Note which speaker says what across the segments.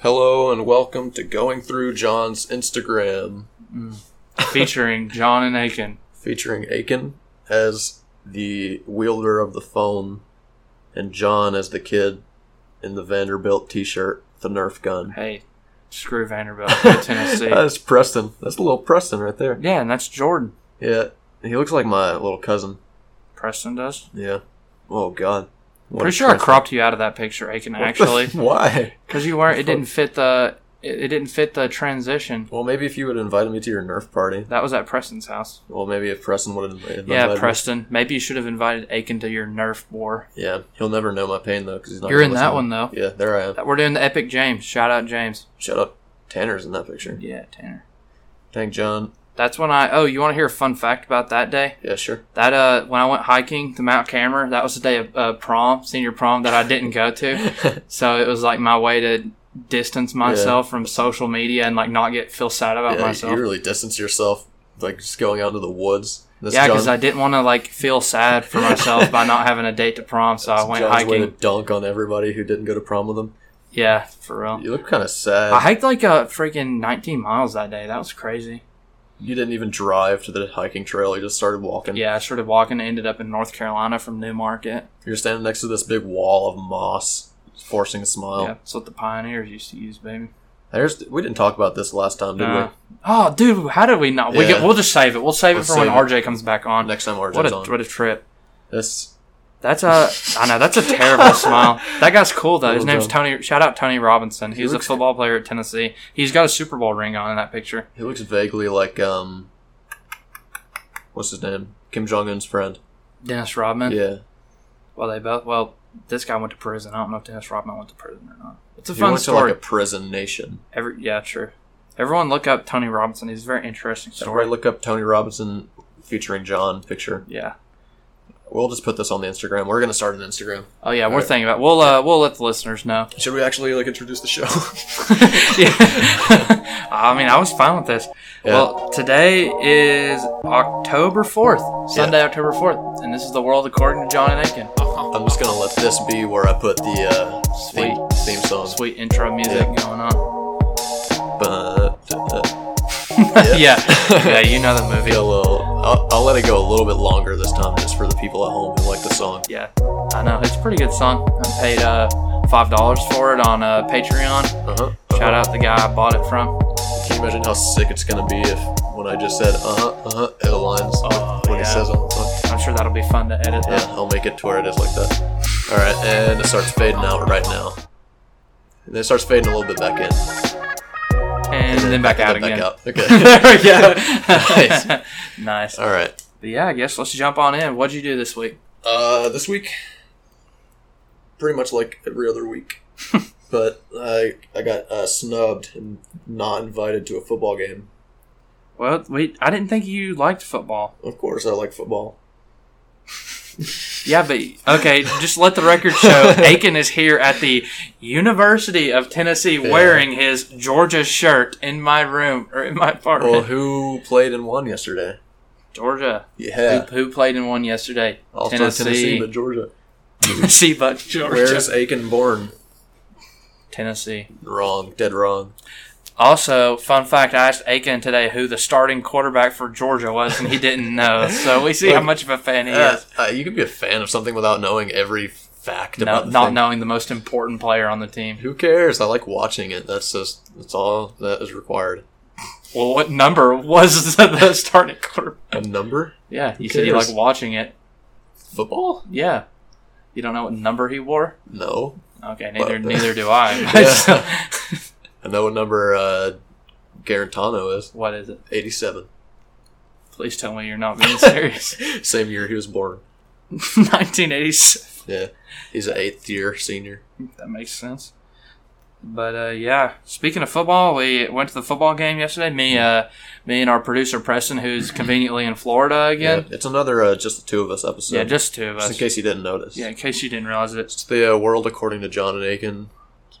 Speaker 1: Hello and welcome to going through John's Instagram,
Speaker 2: featuring John and Aiken.
Speaker 1: featuring Aiken as the wielder of the phone, and John as the kid in the Vanderbilt T-shirt, the Nerf gun.
Speaker 2: Hey, screw Vanderbilt, go Tennessee.
Speaker 1: That's Preston. That's a little Preston right there.
Speaker 2: yeah, and that's Jordan.
Speaker 1: Yeah, he looks like my little cousin.
Speaker 2: Preston does.
Speaker 1: Yeah. Oh God. What
Speaker 2: Pretty
Speaker 1: a
Speaker 2: sure I
Speaker 1: Preston.
Speaker 2: cropped you out of that picture, Aiken.
Speaker 1: What the-
Speaker 2: Actually,
Speaker 1: why?
Speaker 2: because you were it didn't fit the it, it didn't fit the transition.
Speaker 1: Well, maybe if you would have invited me to your Nerf party.
Speaker 2: That was at Preston's house.
Speaker 1: Well, maybe if Preston would have invited
Speaker 2: yeah,
Speaker 1: me.
Speaker 2: Preston. Maybe you should have invited Aiken to your Nerf war.
Speaker 1: Yeah, he'll never know my pain though because he's not.
Speaker 2: You're
Speaker 1: gonna
Speaker 2: in
Speaker 1: listen.
Speaker 2: that one though.
Speaker 1: Yeah, there I am.
Speaker 2: We're doing the epic James. Shout out James.
Speaker 1: Shut up. Tanner's in that picture.
Speaker 2: Yeah, Tanner.
Speaker 1: Thank John.
Speaker 2: That's when I. Oh, you want to hear a fun fact about that day?
Speaker 1: Yeah, sure.
Speaker 2: That uh, when I went hiking to Mount Cameron, that was the day of uh, prom, senior prom that I didn't go to. So it was like my way to distance myself from social media and like not get feel sad about
Speaker 1: yeah,
Speaker 2: myself.
Speaker 1: you really distance yourself, like just going out into the woods. That's
Speaker 2: yeah,
Speaker 1: John-
Speaker 2: because I didn't want to like feel sad for myself by not having a date to prom, so I
Speaker 1: that's
Speaker 2: went
Speaker 1: John's
Speaker 2: hiking.
Speaker 1: way to dunk on everybody who didn't go to prom with him.
Speaker 2: Yeah, for real.
Speaker 1: You look kind of sad.
Speaker 2: I hiked like a freaking 19 miles that day. That was crazy.
Speaker 1: you didn't even drive to the hiking trail. You just started walking.
Speaker 2: Yeah, I started walking and ended up in North Carolina from Newmarket.
Speaker 1: You're standing next to this big wall of moss, forcing a smile.
Speaker 2: Yeah, that's what the pioneers used to use, baby.
Speaker 1: There's we didn't talk about this last time, did
Speaker 2: Nah. Oh, dude, how did we not? We
Speaker 1: Yeah.
Speaker 2: get, we'll just save it. We'll save
Speaker 1: We'll
Speaker 2: it for when
Speaker 1: save it.
Speaker 2: RJ comes back
Speaker 1: we?
Speaker 2: on.
Speaker 1: Next time RJ's
Speaker 2: What a
Speaker 1: on.
Speaker 2: what a trip.
Speaker 1: this
Speaker 2: That's a I know that's a terrible smile. That guy's cool though. His
Speaker 1: Little
Speaker 2: name's
Speaker 1: dumb.
Speaker 2: Tony. Shout out Tony Robinson. He was a
Speaker 1: looks-
Speaker 2: football player at Tennessee. He's got a Super Bowl ring on in that picture.
Speaker 1: he looks vaguely like um, what's his name? Kim Jong Un's friend.
Speaker 2: Dennis Rodman.
Speaker 1: Yeah,
Speaker 2: Well, they both. Well, this guy went to prison. I don't know if Dennis Rodman went to prison or not. It's a
Speaker 1: he
Speaker 2: fun
Speaker 1: went to
Speaker 2: story.
Speaker 1: like a prison nation.
Speaker 2: Every yeah, true. Everyone look up Tony Robinson. He's a very interesting
Speaker 1: Everybody
Speaker 2: story.
Speaker 1: look up Tony Robinson featuring John picture.
Speaker 2: Yeah.
Speaker 1: We'll just put this on the Instagram. We're gonna start an Instagram.
Speaker 2: Oh yeah, we're
Speaker 1: Alright.
Speaker 2: thinking about. We'll uh, we'll let the listeners know.
Speaker 1: Should we actually like introduce the show?
Speaker 2: yeah. I mean, I was fine with this.
Speaker 1: Yeah.
Speaker 2: Well, today is October 4th, Sunday, October 4th, and this is The World According to John and Aiken.
Speaker 1: I'm just gonna let this be where I put the uh,
Speaker 2: Sweet.
Speaker 1: theme, theme song.
Speaker 2: Sweet intro music
Speaker 1: Yeah.
Speaker 2: going on.
Speaker 1: But, uh,
Speaker 2: yeah. Yeah, you know the
Speaker 1: be a
Speaker 2: movie.
Speaker 1: little, I'll, I'll let it go a little bit longer this time, just for the people at home who like the song.
Speaker 2: Yeah. I know. It's a pretty good song. I paid uh, $5 for it on uh, Patreon.
Speaker 1: Uh huh.
Speaker 2: Shout out the guy I bought it from.
Speaker 1: Can you imagine how sick it's gonna be if when I just said uh huh uh huh it aligns with
Speaker 2: Oh,
Speaker 1: what he
Speaker 2: yeah.
Speaker 1: says on the song?
Speaker 2: I'm sure that'll be fun to edit.
Speaker 1: Yeah, I'll make it to where it is like that. All right, and it starts fading out right now. And then it starts fading a little bit back in.
Speaker 2: And, then back out
Speaker 1: Back
Speaker 2: again.
Speaker 1: up. Okay.
Speaker 2: there we go.
Speaker 1: Nice.
Speaker 2: nice.
Speaker 1: All right.
Speaker 2: But yeah, I guess let's jump on in. What'd you do this week?
Speaker 1: Uh, this week, pretty much like every other week, but I I got uh, snubbed and not invited to a football game.
Speaker 2: Well, we I didn't think you liked football.
Speaker 1: Of course, I like football.
Speaker 2: Yeah, but okay, just let the record show Aiken is here at the University of Tennessee wearing his Georgia shirt in my room or in my apartment.
Speaker 1: Well, who played and won yesterday?
Speaker 2: Georgia.
Speaker 1: Yeah,
Speaker 2: Who, who played in one yesterday?
Speaker 1: also
Speaker 2: Tennessee.
Speaker 1: Tennessee, but Georgia.
Speaker 2: Tennessee, but Georgia.
Speaker 1: Where's Aiken born?
Speaker 2: Tennessee.
Speaker 1: Wrong, dead wrong.
Speaker 2: Also, fun fact: I asked Aiken today who the starting quarterback for Georgia was, and he didn't know. So we see how much of a fan he is.
Speaker 1: Uh, uh, you can be a fan of something without knowing every fact
Speaker 2: No,
Speaker 1: about the
Speaker 2: not
Speaker 1: thing.
Speaker 2: knowing the most important player on the team.
Speaker 1: Who cares? I like watching it. That's just that's all that is required.
Speaker 2: Well, what number was the, the starting quarterback?
Speaker 1: A number?
Speaker 2: Yeah,
Speaker 1: Who
Speaker 2: you said you
Speaker 1: cares?
Speaker 2: like watching it.
Speaker 1: Football?
Speaker 2: Yeah, you don't know what number he wore.
Speaker 1: No.
Speaker 2: Okay, neither
Speaker 1: Well,
Speaker 2: neither do I.
Speaker 1: Yeah.
Speaker 2: So-
Speaker 1: I know what number uh Garantano is.
Speaker 2: what is it?
Speaker 1: Eighty seven.
Speaker 2: Please tell me you're not being serious.
Speaker 1: Same year he was born.
Speaker 2: 1987.
Speaker 1: Yeah. He's an eighth year senior.
Speaker 2: That makes sense. But uh, yeah, speaking of football, we went to the football game yesterday. Me, uh, me, and our producer Preston, who's conveniently in Florida again.
Speaker 1: It's another uh, just the two of us episode.
Speaker 2: Yeah, just two of
Speaker 1: Just in
Speaker 2: us.
Speaker 1: case you didn't notice.
Speaker 2: Yeah, in case you didn't realize it.
Speaker 1: It's the uh, world according to John and Aiken.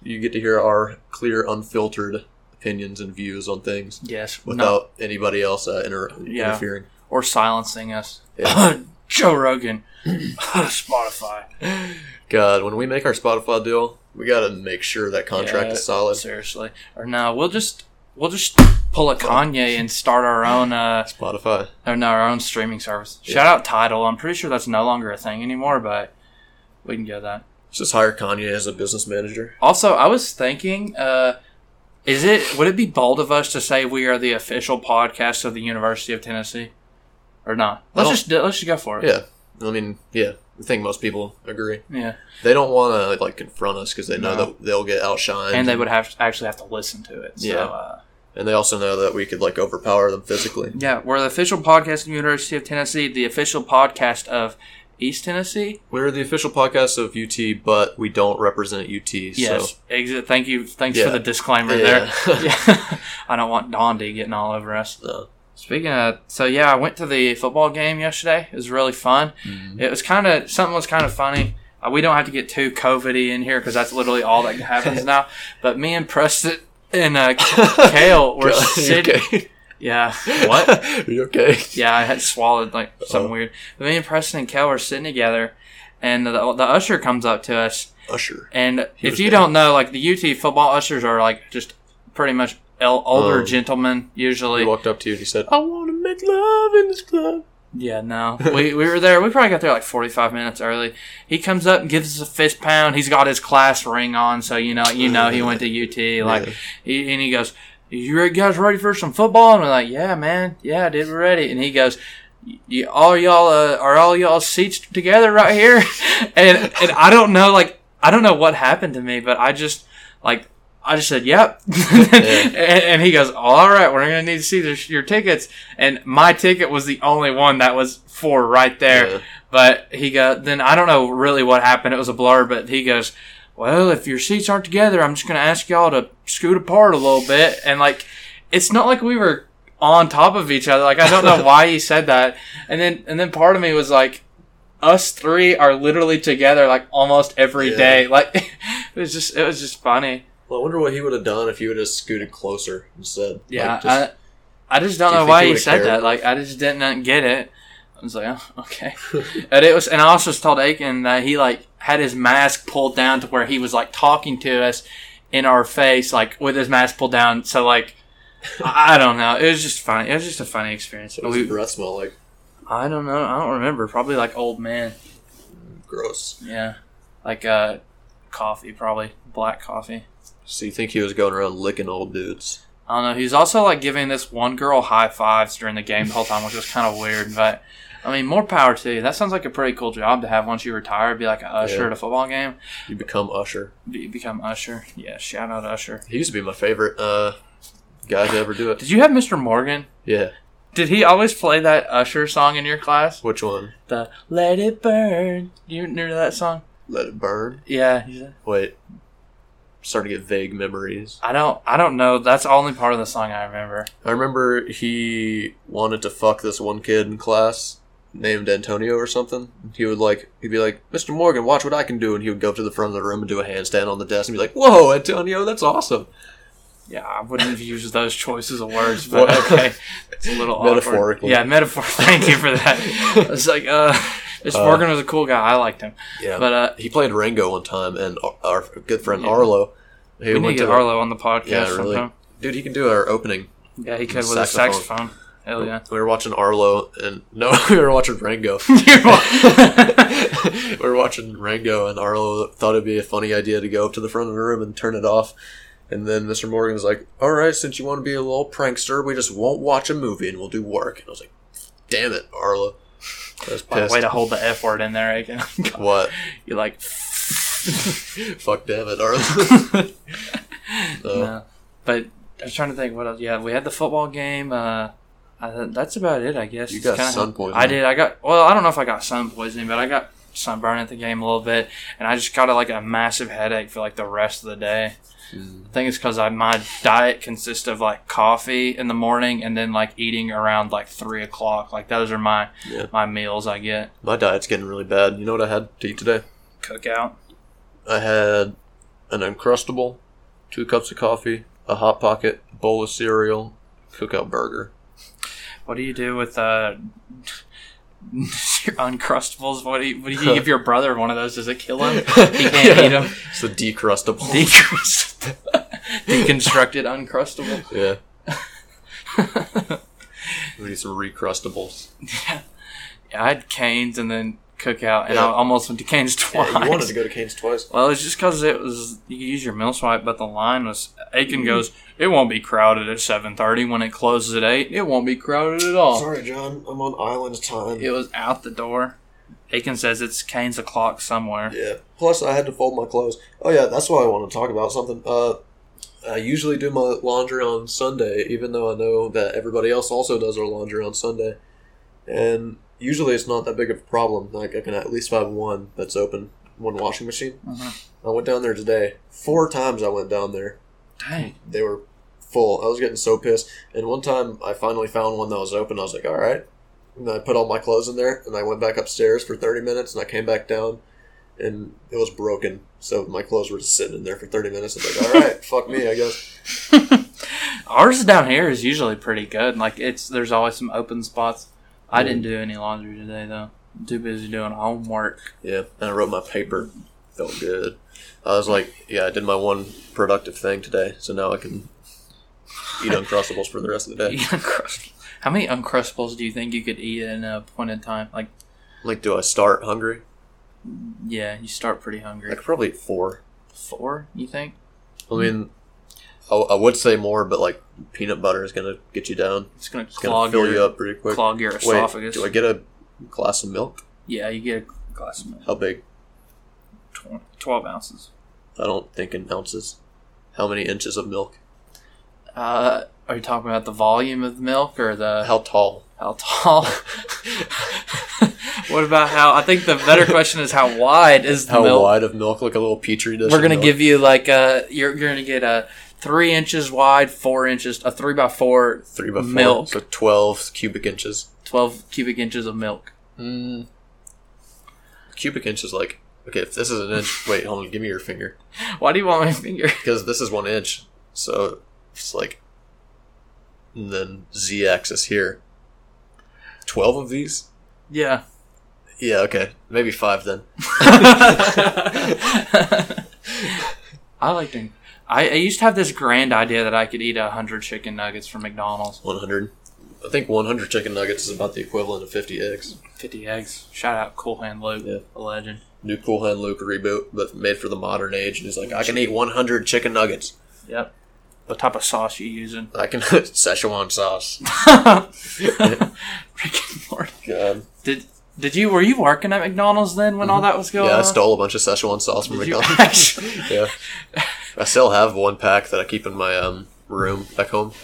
Speaker 1: You get to hear our clear, unfiltered opinions and views on things
Speaker 2: Yes, no-
Speaker 1: without anybody else uh, inter-
Speaker 2: Yeah.
Speaker 1: interfering.
Speaker 2: or silencing us.
Speaker 1: Yeah.
Speaker 2: Joe Rogan, Spotify.
Speaker 1: God, when we make our Spotify deal, we got to make sure that contract
Speaker 2: Yeah,
Speaker 1: is solid.
Speaker 2: Seriously, or no? We'll just we'll just pull a Kanye and start our own. Uh,
Speaker 1: Spotify.
Speaker 2: or no, our own streaming service. Shout out Title. I'm pretty sure that's no longer a thing anymore, but we can go that.
Speaker 1: Let's just hire Kanye as a business manager.
Speaker 2: Also, I was thinking, uh, is it would it be bold of us to say we are the official podcast of the University of Tennessee, or not? Let's
Speaker 1: don't-
Speaker 2: just do- let's just go for it.
Speaker 1: Yeah. I mean, yeah. I think most people agree.
Speaker 2: yeah.
Speaker 1: They don't want to like confront us because they know
Speaker 2: No.
Speaker 1: that they'll get outshined,
Speaker 2: and they would have to actually have to listen to it. So,
Speaker 1: Yeah.
Speaker 2: uh,
Speaker 1: and they also know that we could like overpower them physically.
Speaker 2: yeah, we're the official podcast of the University of Tennessee, the official podcast of East Tennessee.
Speaker 1: We're the official podcast of UT, but we don't represent UT.
Speaker 2: Yes,
Speaker 1: So
Speaker 2: exit. Thank you. Thanks
Speaker 1: Yeah.
Speaker 2: for the disclaimer
Speaker 1: Yeah.
Speaker 2: there. yeah. I don't want Dondi getting all over us.
Speaker 1: No.
Speaker 2: Speaking of, so yeah, I went to the football game yesterday. It was really fun.
Speaker 1: Mm-hmm.
Speaker 2: It was kind of something was kind of funny. Uh, we don't have to get too COVIDy in here because that's literally all that happens now. But me and Preston and uh, Kale
Speaker 1: Are
Speaker 2: were
Speaker 1: you
Speaker 2: sitting.
Speaker 1: okay?
Speaker 2: Yeah. What?
Speaker 1: Are you okay?
Speaker 2: Yeah, I had swallowed like something
Speaker 1: Oh.
Speaker 2: weird. But me and Preston and Kel were sitting together, and the, the usher comes up to us.
Speaker 1: Usher.
Speaker 2: And if
Speaker 1: was
Speaker 2: you
Speaker 1: gay.
Speaker 2: don't know, like the UT football ushers are like just pretty much el- older
Speaker 1: Oh.
Speaker 2: gentlemen
Speaker 1: He
Speaker 2: usually.
Speaker 1: walked up to you and he said, "I want to make love in this club."
Speaker 2: Yeah, no, we we were there. We probably got there like forty five minutes early. He comes up and gives us a fist pound. He's got his class ring on, so you know you know he went to UT. Like,
Speaker 1: Yeah.
Speaker 2: he, and he goes, "You guys ready for some football?" And we're like, "Yeah, man, yeah, dude, we're ready." And he goes. you, all y'all uh, are all y'all seats together right here and and i don't know like i don't know what happened to me but i just like i just said yep and, and he goes all right we're gonna need to see this, your tickets and my ticket was the only one that was for right there
Speaker 1: Yeah.
Speaker 2: but he go then i don't know really what happened it was a blur but he goes well if your seats aren't together i'm just gonna ask y'all to scoot apart a little bit and like it's not like we were on top of each other. Like I don't know why he said that. And then and then part of me was like, us three are literally together like almost every
Speaker 1: Yeah.
Speaker 2: day. Like it was just it was just funny.
Speaker 1: Well, I wonder what he would have done if you would have scooted closer and said,
Speaker 2: Yeah,
Speaker 1: like, just-
Speaker 2: I I just don't
Speaker 1: Do you
Speaker 2: know
Speaker 1: think
Speaker 2: why
Speaker 1: he
Speaker 2: he
Speaker 1: would've
Speaker 2: said
Speaker 1: cared?
Speaker 2: that. Like I just didn't get it. I was like, oh, okay. and it was and I also told Aiken that he like had his mask pulled down to where he was like talking to us in our face, like with his mask pulled down. So like I I don't know. It was just funny. It was just a funny experience.
Speaker 1: "What does
Speaker 2: We-
Speaker 1: his breath smell like?"
Speaker 2: I don't know. I don't remember. Probably like old man.
Speaker 1: Gross.
Speaker 2: Yeah. Like uh coffee probably. Black coffee.
Speaker 1: So you think he was going around licking old dudes?
Speaker 2: I don't know. He's also like giving this one girl high fives during the game the whole time, which was kind of weird, but I mean, more power to you. That sounds like a pretty cool job to have once you retire, be like an usher
Speaker 1: Yeah.
Speaker 2: at a football game,
Speaker 1: You become Usher.
Speaker 2: be, become usher. Yeah, shout out usher.
Speaker 1: He used to be my favorite uh, guy to ever do it.
Speaker 2: Did you have Mr. Morgan?
Speaker 1: Yeah.
Speaker 2: Did he always play that usher song in your class?
Speaker 1: Which one?
Speaker 2: The "Let It Burn." You remember that song?
Speaker 1: Let it burn.
Speaker 2: Yeah. he's a-
Speaker 1: Wait. I'm starting to get vague memories.
Speaker 2: I don't. I don't know. That's the only part of the song I remember.
Speaker 1: I remember he wanted to fuck this one kid in class named Antonio or something. He would like he'd be like, Mr. Morgan, watch what I can do and he would go up to the front of the room and do a handstand on the desk and be like, Whoa, Antonio, that's awesome.
Speaker 2: Yeah, I wouldn't have used those choices of words, but
Speaker 1: Well-
Speaker 2: okay. It's a little awkward.
Speaker 1: Metaphorically.
Speaker 2: Yeah, metaphor. Thank you for that. I was like, uh, Mr.
Speaker 1: Uh,
Speaker 2: Morgan was a cool guy. I liked him.
Speaker 1: Yeah.
Speaker 2: But uh,
Speaker 1: he played Rango one time and our- our good friend
Speaker 2: Yeah.
Speaker 1: Arlo. He
Speaker 2: we need to get Arlo on the podcast
Speaker 1: Yeah, really.
Speaker 2: sometime.
Speaker 1: Dude, he can do our opening.
Speaker 2: Yeah, he could with his
Speaker 1: Saxophone.
Speaker 2: saxophone. Hell Oh, yeah.
Speaker 1: We were watching Arlo and no, we were watching Rango. we were watching Rango, and Arlo thought it'd be a funny idea to go up to the front of the room and turn it off. And then Mr. Morgan was like, "All right, since you want to be a little prankster, we just won't watch a movie and we'll do work." And I was like, "Damn it, Arlo." I was
Speaker 2: Like,
Speaker 1: pissed.
Speaker 2: way to hold the F word in there, Aiken.
Speaker 1: What?
Speaker 2: You're like,
Speaker 1: Fuck, damn it, Arlo. so,
Speaker 2: no. But I was trying to think what else. Yeah, we had the football game. Uh, I, th- that's about it, I guess.
Speaker 1: You
Speaker 2: It's
Speaker 1: got
Speaker 2: kinda-
Speaker 1: sun poisoning.
Speaker 2: I did. I got. Well, I don't know if I got sun poisoning, but I got sunburn at the game a little bit, and I just got like a massive headache for like the rest of the day.
Speaker 1: Mm.
Speaker 2: I think it's because I my diet consists of like coffee in the morning and then like eating around like three o'clock. Like those are my
Speaker 1: Yeah.
Speaker 2: my meals I get.
Speaker 1: My diet's getting really bad. You know what I had to eat today?
Speaker 2: Cookout.
Speaker 1: I had an Uncrustable, two cups of coffee, a Hot Pocket, bowl of cereal, cookout burger.
Speaker 2: What do you do with uh, Your uncrustables. What do you, what do you give your brother one of those? Does it kill him? He can't eat them.
Speaker 1: It's the decrustable.
Speaker 2: Decrust- Deconstructed uncrustable.
Speaker 1: yeah. we need some recrustables.
Speaker 2: I had Canes and then Cookout, and
Speaker 1: Yeah.
Speaker 2: I almost went to Canes twice.
Speaker 1: Yeah, you wanted to go to Canes twice.
Speaker 2: Well, it's just because it was you could use your meal swipe, but the line was Aiken goes. It won't be crowded at seven thirty. When it closes at eight, it won't be crowded at all.
Speaker 1: Sorry, John. I'm on island time.
Speaker 2: It was out the door. Aiken says it's Kane's o'clock somewhere.
Speaker 1: Yeah. Plus, I had to fold my clothes. Oh yeah, that's why I want to talk about something. Uh, I usually do my laundry on Sunday, even though I know that everybody else also does their laundry on Sunday. And usually, it's not that big of a problem. Like I can at least have one that's open, one washing machine.
Speaker 2: Mhm.
Speaker 1: I went down there today. Four times I went down there.
Speaker 2: Dang.
Speaker 1: They were full. I was getting so pissed. And one time, I finally found one that was open. I was like, all right. And I put all my clothes in there, and I went back upstairs for 30 minutes, and I came back down, and it was broken. So my clothes were just sitting in there for 30 minutes. I was like, all right, fuck me, I guess.
Speaker 2: Ours down here is usually pretty good. Like it's there's always some open spots. I
Speaker 1: Mm.
Speaker 2: didn't do any laundry today though. Too busy doing homework.
Speaker 1: Yeah, and I wrote my paper. Felt good. I was like, yeah, I did my one productive thing today, so now I can eat Uncrustables for the rest of the day.
Speaker 2: Uncrust- How many uncrustables do you think you could eat in a point in time? Like,
Speaker 1: Like, do I start hungry?
Speaker 2: yeah, you start pretty
Speaker 1: I
Speaker 2: hungry.
Speaker 1: could probably eat four.
Speaker 2: Four, you think?
Speaker 1: I mean, I, I would say more, but like peanut butter is gonna get you down.
Speaker 2: It's gonna
Speaker 1: It's gonna
Speaker 2: clog
Speaker 1: fill
Speaker 2: your
Speaker 1: you up pretty quick.
Speaker 2: clog your
Speaker 1: Wait,
Speaker 2: esophagus.
Speaker 1: do I get a glass of milk?
Speaker 2: yeah, you get a glass of milk,
Speaker 1: How big?
Speaker 2: tw- twelve ounces.
Speaker 1: I don't think in ounces. How many inches of milk?
Speaker 2: Uh, are you talking about the volume of the milk or the
Speaker 1: Uh, How tall?
Speaker 2: how tall? what about how? I think the better question is how wide is the
Speaker 1: How
Speaker 2: milk?
Speaker 1: wide of milk? Like a little petri dish.
Speaker 2: We're
Speaker 1: of
Speaker 2: gonna
Speaker 1: milk?
Speaker 2: give you like a you're, you're gonna get a three inches wide, four inches, a three by four,
Speaker 1: three by four,
Speaker 2: milk.
Speaker 1: so twelve cubic inches.
Speaker 2: twelve cubic inches of milk.
Speaker 1: Mm. Cubic inch is like okay. If this is an inch, wait, hold on. Give me your finger
Speaker 2: Why do you want my finger?
Speaker 1: because this is one inch. So it's like, and then z axis here. Twelve of these.
Speaker 2: Yeah.
Speaker 1: Yeah, okay. Maybe five then.
Speaker 2: I like to. I, I used to have this grand idea that I could eat a hundred chicken nuggets from McDonald's,
Speaker 1: 100. I think 100 chicken nuggets is about the equivalent of 50 eggs.
Speaker 2: fifty eggs. Shout out Cool Hand Luke,
Speaker 1: Yeah.
Speaker 2: a legend.
Speaker 1: New Cool Hand Luke reboot, but made for the modern age. And he's like, I can eat 100 chicken nuggets.
Speaker 2: Yep. What type of sauce you using?
Speaker 1: I can Szechuan sauce.
Speaker 2: Rick and Morty.
Speaker 1: God.
Speaker 2: Did did you were you working at McDonald's then when all that was going
Speaker 1: Mm-hmm. Yeah, I
Speaker 2: on?
Speaker 1: stole a bunch of Szechuan sauce from
Speaker 2: Did you
Speaker 1: McDonald's.
Speaker 2: actually-
Speaker 1: yeah. I still have one pack that I keep in my um, room back home.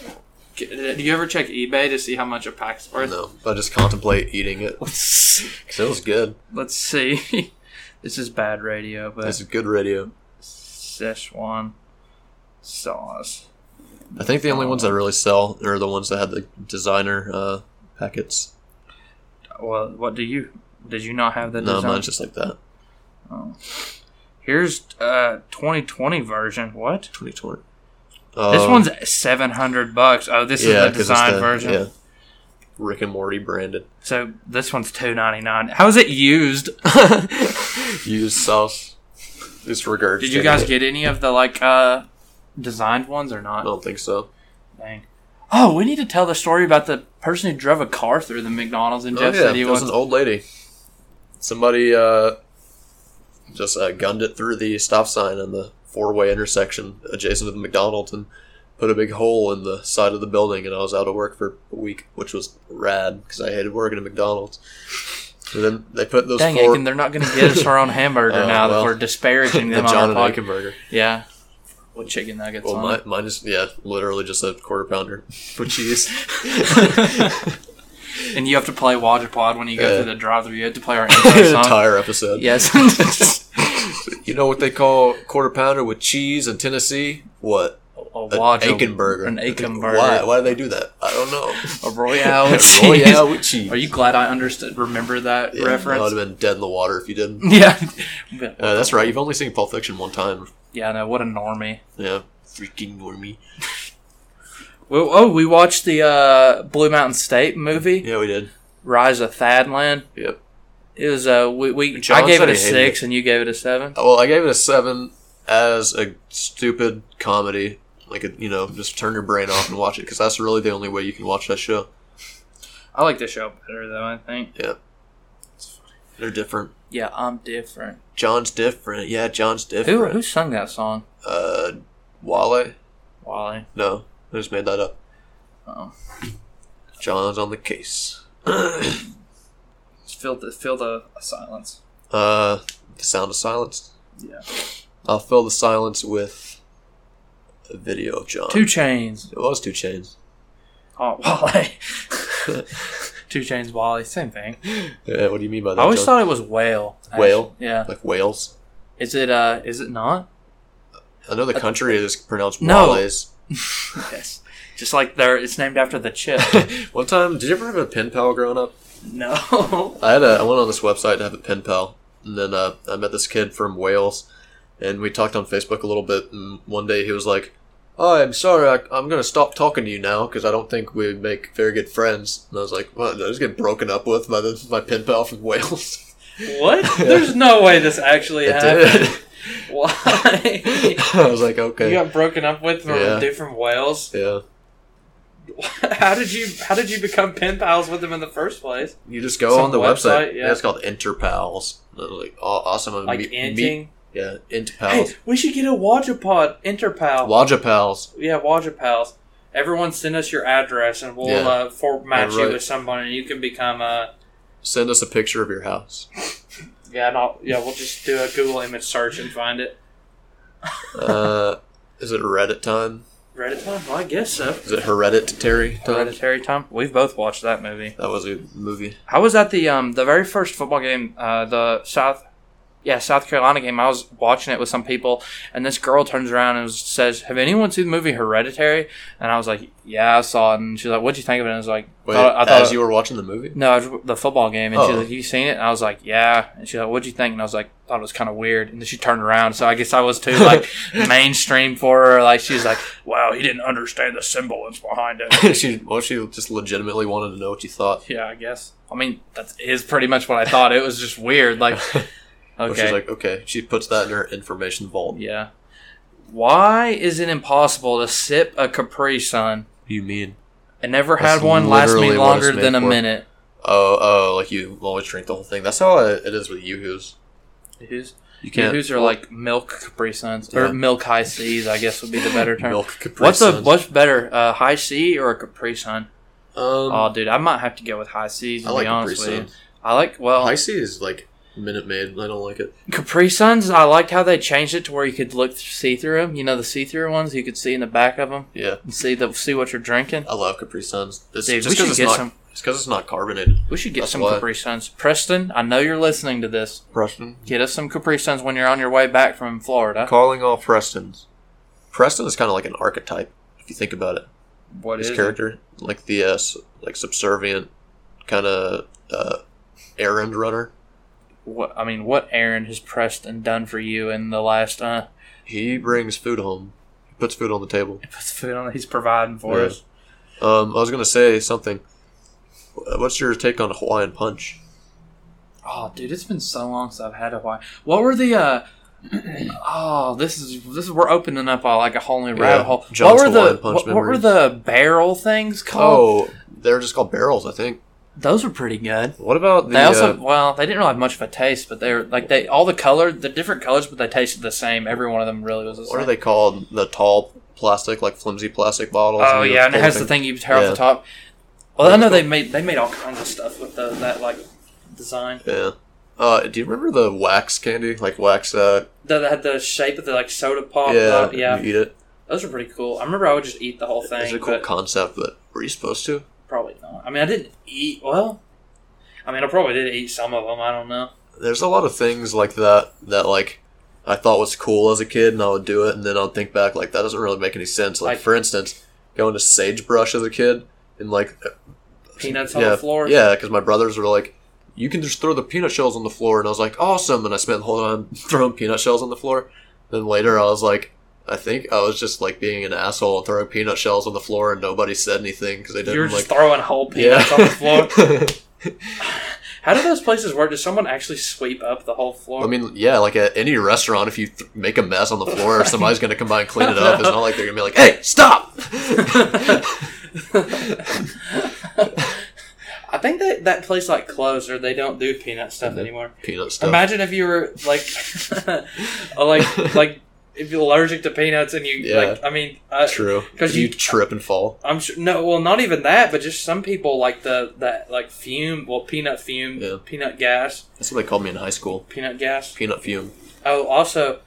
Speaker 2: Do you ever check eBay to see how much a pack's worth?
Speaker 1: No, I just contemplate eating it.
Speaker 2: Let's see.
Speaker 1: Cause it was good.
Speaker 2: Let's see. this is bad radio, but
Speaker 1: It's a good radio.
Speaker 2: Szechuan sauce.
Speaker 1: I think the only ones I really sell are the ones that had the designer uh, packets.
Speaker 2: Well, what do you? Did you not have the
Speaker 1: No,
Speaker 2: design?
Speaker 1: mine's just like that.
Speaker 2: Here's uh 2020 version. What?
Speaker 1: 2020.
Speaker 2: this
Speaker 1: Um,
Speaker 2: one's 700 bucks. Oh, this is the
Speaker 1: 'cause it's
Speaker 2: design
Speaker 1: the-
Speaker 2: version.
Speaker 1: yeah. Rick and Morty branded.
Speaker 2: So this one's 299. How is it used?
Speaker 1: Use sauce. It's regurgitated.
Speaker 2: Did you guys get any of the like uh designed ones or
Speaker 1: I
Speaker 2: not?
Speaker 1: don't think so.
Speaker 2: Dang. Oh, we need to tell the story about the person who drove a car through the McDonald's in
Speaker 1: Oh,
Speaker 2: Jeff
Speaker 1: yeah,
Speaker 2: City
Speaker 1: it was
Speaker 2: once.
Speaker 1: an old lady. Somebody uh, just uh, gunned it through the stop sign on the four-way intersection adjacent to the McDonald's and put a big hole in the side of the building. And I was out of work for a week, which was rad because I hated working at McDonald's. And then they put those
Speaker 2: Dang,
Speaker 1: four
Speaker 2: Aiken, they're not going to get us our own hamburger
Speaker 1: Oh,
Speaker 2: now
Speaker 1: well.
Speaker 2: that we're disparaging
Speaker 1: the
Speaker 2: them on
Speaker 1: John
Speaker 2: our
Speaker 1: and
Speaker 2: podcast.
Speaker 1: Aikenberger.
Speaker 2: Yeah. With chicken nuggets
Speaker 1: Well,
Speaker 2: on
Speaker 1: my,
Speaker 2: it.
Speaker 1: mine is yeah, literally just a quarter pounder with cheese.
Speaker 2: And you have to play Wajapod when you go
Speaker 1: Yeah.
Speaker 2: through the drive thru You have to play our intro song.
Speaker 1: entire episode.
Speaker 2: yes.
Speaker 1: You know what they call quarter pounder with cheese in Tennessee? What?
Speaker 2: a
Speaker 1: An
Speaker 2: Waja-
Speaker 1: Aiken burger.
Speaker 2: An Aiken burger.
Speaker 1: Why? Why do they do that? I don't know.
Speaker 2: A Royale. with
Speaker 1: Royale
Speaker 2: cheese.
Speaker 1: with cheese.
Speaker 2: Are you glad I understood? Remember that
Speaker 1: Yeah, I would
Speaker 2: reference?
Speaker 1: have been dead in the water if you didn't.
Speaker 2: Yeah. yeah.
Speaker 1: Uh, that's right. You've only seen Pulp Fiction one time.
Speaker 2: Yeah, no, what a normie.
Speaker 1: Yeah. Freaking normie.
Speaker 2: Well, oh, we watched the uh, Blue Mountain State movie.
Speaker 1: Yeah, we did.
Speaker 2: Rise of Thadland.
Speaker 1: Yep.
Speaker 2: It was uh we, we
Speaker 3: John
Speaker 2: I gave
Speaker 3: said
Speaker 2: it a
Speaker 3: he hated
Speaker 2: six and you gave it a seven.
Speaker 1: Uh, Well, I gave it a seven as a stupid comedy. Like, a, you know, just turn your brain off and watch it because that's really the only way you can watch that show.
Speaker 2: I like the show better though. I think.
Speaker 1: They're different.
Speaker 2: Yeah, I'm different.
Speaker 1: John's different. Yeah, John's
Speaker 2: Who
Speaker 1: different.
Speaker 2: who sung that song?
Speaker 1: Uh, Wale?
Speaker 2: Wally.
Speaker 1: No, I just made that up.
Speaker 2: Oh,
Speaker 1: John's on the case.
Speaker 2: just feel the feel the silence.
Speaker 1: Uh, the sound of silence.
Speaker 2: Yeah.
Speaker 1: I'll fill the silence with a video of John.
Speaker 2: Uh, Two Chains.
Speaker 1: It was two chains.
Speaker 2: Oh, Wally. Two Chains, Wally. Same thing.
Speaker 1: Yeah, what do you mean by that?
Speaker 2: I always
Speaker 1: John?
Speaker 2: thought it was whale. actually.
Speaker 1: Whale?
Speaker 2: Yeah.
Speaker 1: like Wales.
Speaker 2: Is it? Uh, is it not?
Speaker 1: I know the country is pronounced
Speaker 2: No.
Speaker 1: Wales.
Speaker 2: Yes. Just like there, it's named after the chip.
Speaker 1: One time, did you ever have a pen pal growing up?
Speaker 2: no.
Speaker 1: I had a. I went on this website to have a pen pal, and then uh, I met this kid from Wales, and we talked on Facebook a little bit. And one day he was like, "Oh, I'm sorry, I, I'm gonna stop talking to you now because I don't think we make very good friends." And I was like, "What? Did I just get broken up with by the, my pen pal from Wales?"
Speaker 2: What? There's no way this actually
Speaker 1: It
Speaker 2: happened.
Speaker 1: did.
Speaker 2: Why?
Speaker 1: I was like,
Speaker 2: You
Speaker 1: "Okay,
Speaker 2: got broken up with from
Speaker 1: Yeah.
Speaker 2: a dude from Wales.
Speaker 1: yeah."
Speaker 2: How did you? How did you become pen pals with him in the first place?
Speaker 1: You just go
Speaker 2: Some
Speaker 1: on the
Speaker 2: website,
Speaker 1: website.
Speaker 2: yeah.
Speaker 1: Yeah, it's called Interpals. They're Like aw- awesome. I'm
Speaker 2: Like
Speaker 1: meet- meet-
Speaker 2: anting.
Speaker 1: yeah,
Speaker 2: Hey,
Speaker 1: Interpals.
Speaker 2: we should get a Wajapod Interpal.
Speaker 1: Logipals.
Speaker 2: Yeah, Wajapals. Everyone send us your address and we'll
Speaker 1: Yeah.
Speaker 2: uh, for- match
Speaker 1: right.
Speaker 2: you with someone and you can become a.
Speaker 1: Send us a picture of your house.
Speaker 2: Yeah, and I'll, yeah, we'll just do a Google image search and find it.
Speaker 1: Uh, is it Reddit time?
Speaker 2: Reddit time? Well, I guess so.
Speaker 1: Is it Hereditary time?
Speaker 2: Hereditary time. We've both watched that movie.
Speaker 1: That was a movie.
Speaker 2: I was at the um the very first football game, uh, the South, yeah South Carolina game. I was watching it with some people, and this girl turns around and says, "Have anyone seen the movie Hereditary?" And I was like, "Yeah, I saw it." And she's like, "What'd you think of it?" And I was like,
Speaker 1: Wait,
Speaker 2: thought- "I thought
Speaker 1: as you were watching the movie?
Speaker 2: no, it was the football game." And she's
Speaker 1: Oh.
Speaker 2: like, "You seen it?" And I was like, "Yeah." And she's like, "What'd you think?" And I was like, "Thought it was kind of weird." And then she turned around, so I guess I was too like mainstream for her. Like she's like, "Wow, he didn't understand the symbols behind it."
Speaker 1: she, well, she just legitimately wanted to know what you thought.
Speaker 2: Yeah, I guess. I mean, that is pretty much what I thought. It was just weird. Like,
Speaker 1: Well,
Speaker 2: okay,
Speaker 1: She's like, okay. She puts that in her information vault.
Speaker 2: yeah. Why is it impossible to sip a Capri Sun?
Speaker 1: You mean?
Speaker 2: I never
Speaker 1: That's
Speaker 2: had one last me
Speaker 1: literally what it's
Speaker 2: longer
Speaker 1: made
Speaker 2: than a
Speaker 1: for.
Speaker 2: minute.
Speaker 1: Oh, oh, like you always drink the whole thing. That's how it it is with yoo-hoos.
Speaker 2: Who's
Speaker 1: You can't
Speaker 2: who's are like milk Capri Suns
Speaker 1: Yeah.
Speaker 2: or milk high C's? I guess would be the better term.
Speaker 1: milk Capri
Speaker 2: what's a
Speaker 1: Suns.
Speaker 2: what's better, uh, high C or a Capri Sun?
Speaker 1: Um,
Speaker 2: oh, dude, I might have to go with high C's. To
Speaker 1: I
Speaker 2: be
Speaker 1: like Capri
Speaker 2: honest with
Speaker 1: Suns.
Speaker 2: you, I like well
Speaker 1: I see is like Minute Maid. I don't like it.
Speaker 2: Capri Suns. I liked how they changed it to where you could look see through them. You know the see through ones you could see in the back of them.
Speaker 1: Yeah,
Speaker 2: and see the see what you're drinking.
Speaker 1: I love Capri Suns. It's
Speaker 2: Dude,
Speaker 1: just
Speaker 2: we should
Speaker 1: because it's
Speaker 2: get
Speaker 1: not.
Speaker 2: some-
Speaker 1: It's because it's not carbonated.
Speaker 2: We should get
Speaker 1: That's
Speaker 2: some
Speaker 1: why.
Speaker 2: Capri Suns. Preston, I know you're listening to this.
Speaker 1: Preston
Speaker 2: Get us some Capri Suns when you're on your way back from Florida.
Speaker 1: calling all Prestons. Preston is kind of like an archetype if you think about it.
Speaker 2: What
Speaker 1: His
Speaker 2: is it?
Speaker 1: character, like the uh, s- like subservient kind of uh, errand runner.
Speaker 2: What I mean, what Aaron has Preston done for you in the last? Uh,
Speaker 1: He brings food home. He puts food on the table.
Speaker 2: puts food on. He's providing for
Speaker 1: Yeah.
Speaker 2: us.
Speaker 1: Um, I was gonna say something. Uh, What's your take on Hawaiian Punch?
Speaker 2: Oh, dude, it's been so long since I've had a Hawaii. What were the? uh Oh, this is this is we're opening up uh, like a whole new rabbit
Speaker 1: Yeah,
Speaker 2: hole.
Speaker 1: John's
Speaker 2: what were the
Speaker 1: Hawaiian Punch
Speaker 2: what, what were
Speaker 1: memories.
Speaker 2: the barrel things called?
Speaker 1: Oh, they're just called barrels, I think.
Speaker 2: Those were pretty good.
Speaker 1: What about the?
Speaker 2: They also
Speaker 1: uh,
Speaker 2: well, they didn't really have much of a taste, but they were like they all the color, the different colors, but they tasted the same. Every one of them really was the same.
Speaker 1: what are they called? The tall plastic, like flimsy plastic bottles.
Speaker 2: Oh
Speaker 1: you
Speaker 2: yeah, and it
Speaker 1: pull
Speaker 2: has the thing you tear off
Speaker 1: Yeah.
Speaker 2: the top. Well, I
Speaker 1: Yeah,
Speaker 2: know
Speaker 1: cool.
Speaker 2: they made they made all kinds of stuff with the, that like design.
Speaker 1: Yeah. Uh, do you remember the wax candy, like wax? Uh,
Speaker 2: The, that had the shape of the like soda pop.
Speaker 1: yeah,
Speaker 2: uh, yeah.
Speaker 1: You eat it.
Speaker 2: Those are pretty cool. I remember I would just eat the whole thing.
Speaker 1: It's a cool
Speaker 2: but
Speaker 1: concept, but were you supposed to?
Speaker 2: probably not. I mean, I didn't eat well. I mean, I probably did eat some of them. I don't know.
Speaker 1: There's a lot of things like that that like I thought was cool as a kid, and I would do it, and then I'd think back like that doesn't really make any sense. Like,
Speaker 2: Like-
Speaker 1: for instance, going to sagebrush as a kid, and like uh,
Speaker 2: Peanuts
Speaker 1: yeah,
Speaker 2: on the floor.
Speaker 1: yeah, because my brothers were like. You can just throw the peanut shells on the floor, and I was like, awesome. And I spent the whole time throwing peanut shells on the floor. Then later, I was like, I think I was just like being an asshole and throwing peanut shells on the floor, and nobody said anything because they didn't
Speaker 2: You were
Speaker 1: like
Speaker 2: just throwing whole peanuts on the floor. How do those places work? Does someone actually sweep up the whole floor?
Speaker 1: I mean, yeah, like at any restaurant, if you th- make a mess on the floor, somebody's going to come by and clean it up. It's not like they're going to be like, hey, stop!
Speaker 2: I think that that place like closed or they don't do peanut stuff anymore.
Speaker 1: Peanut stuff.
Speaker 2: Imagine if you were like, like, like if you're allergic to peanuts and you
Speaker 1: Yeah.
Speaker 2: like. I mean, I,
Speaker 1: True.
Speaker 2: 'Cause
Speaker 1: If you,
Speaker 2: you-
Speaker 1: trip and fall.
Speaker 2: I'm sure. No, well, not even that, but just some people like the that like fume. Well, peanut fume,
Speaker 1: Yeah.
Speaker 2: peanut gas,
Speaker 1: That's what they called me in high school.
Speaker 2: peanut gas.
Speaker 1: Peanut fume.
Speaker 2: Oh, also,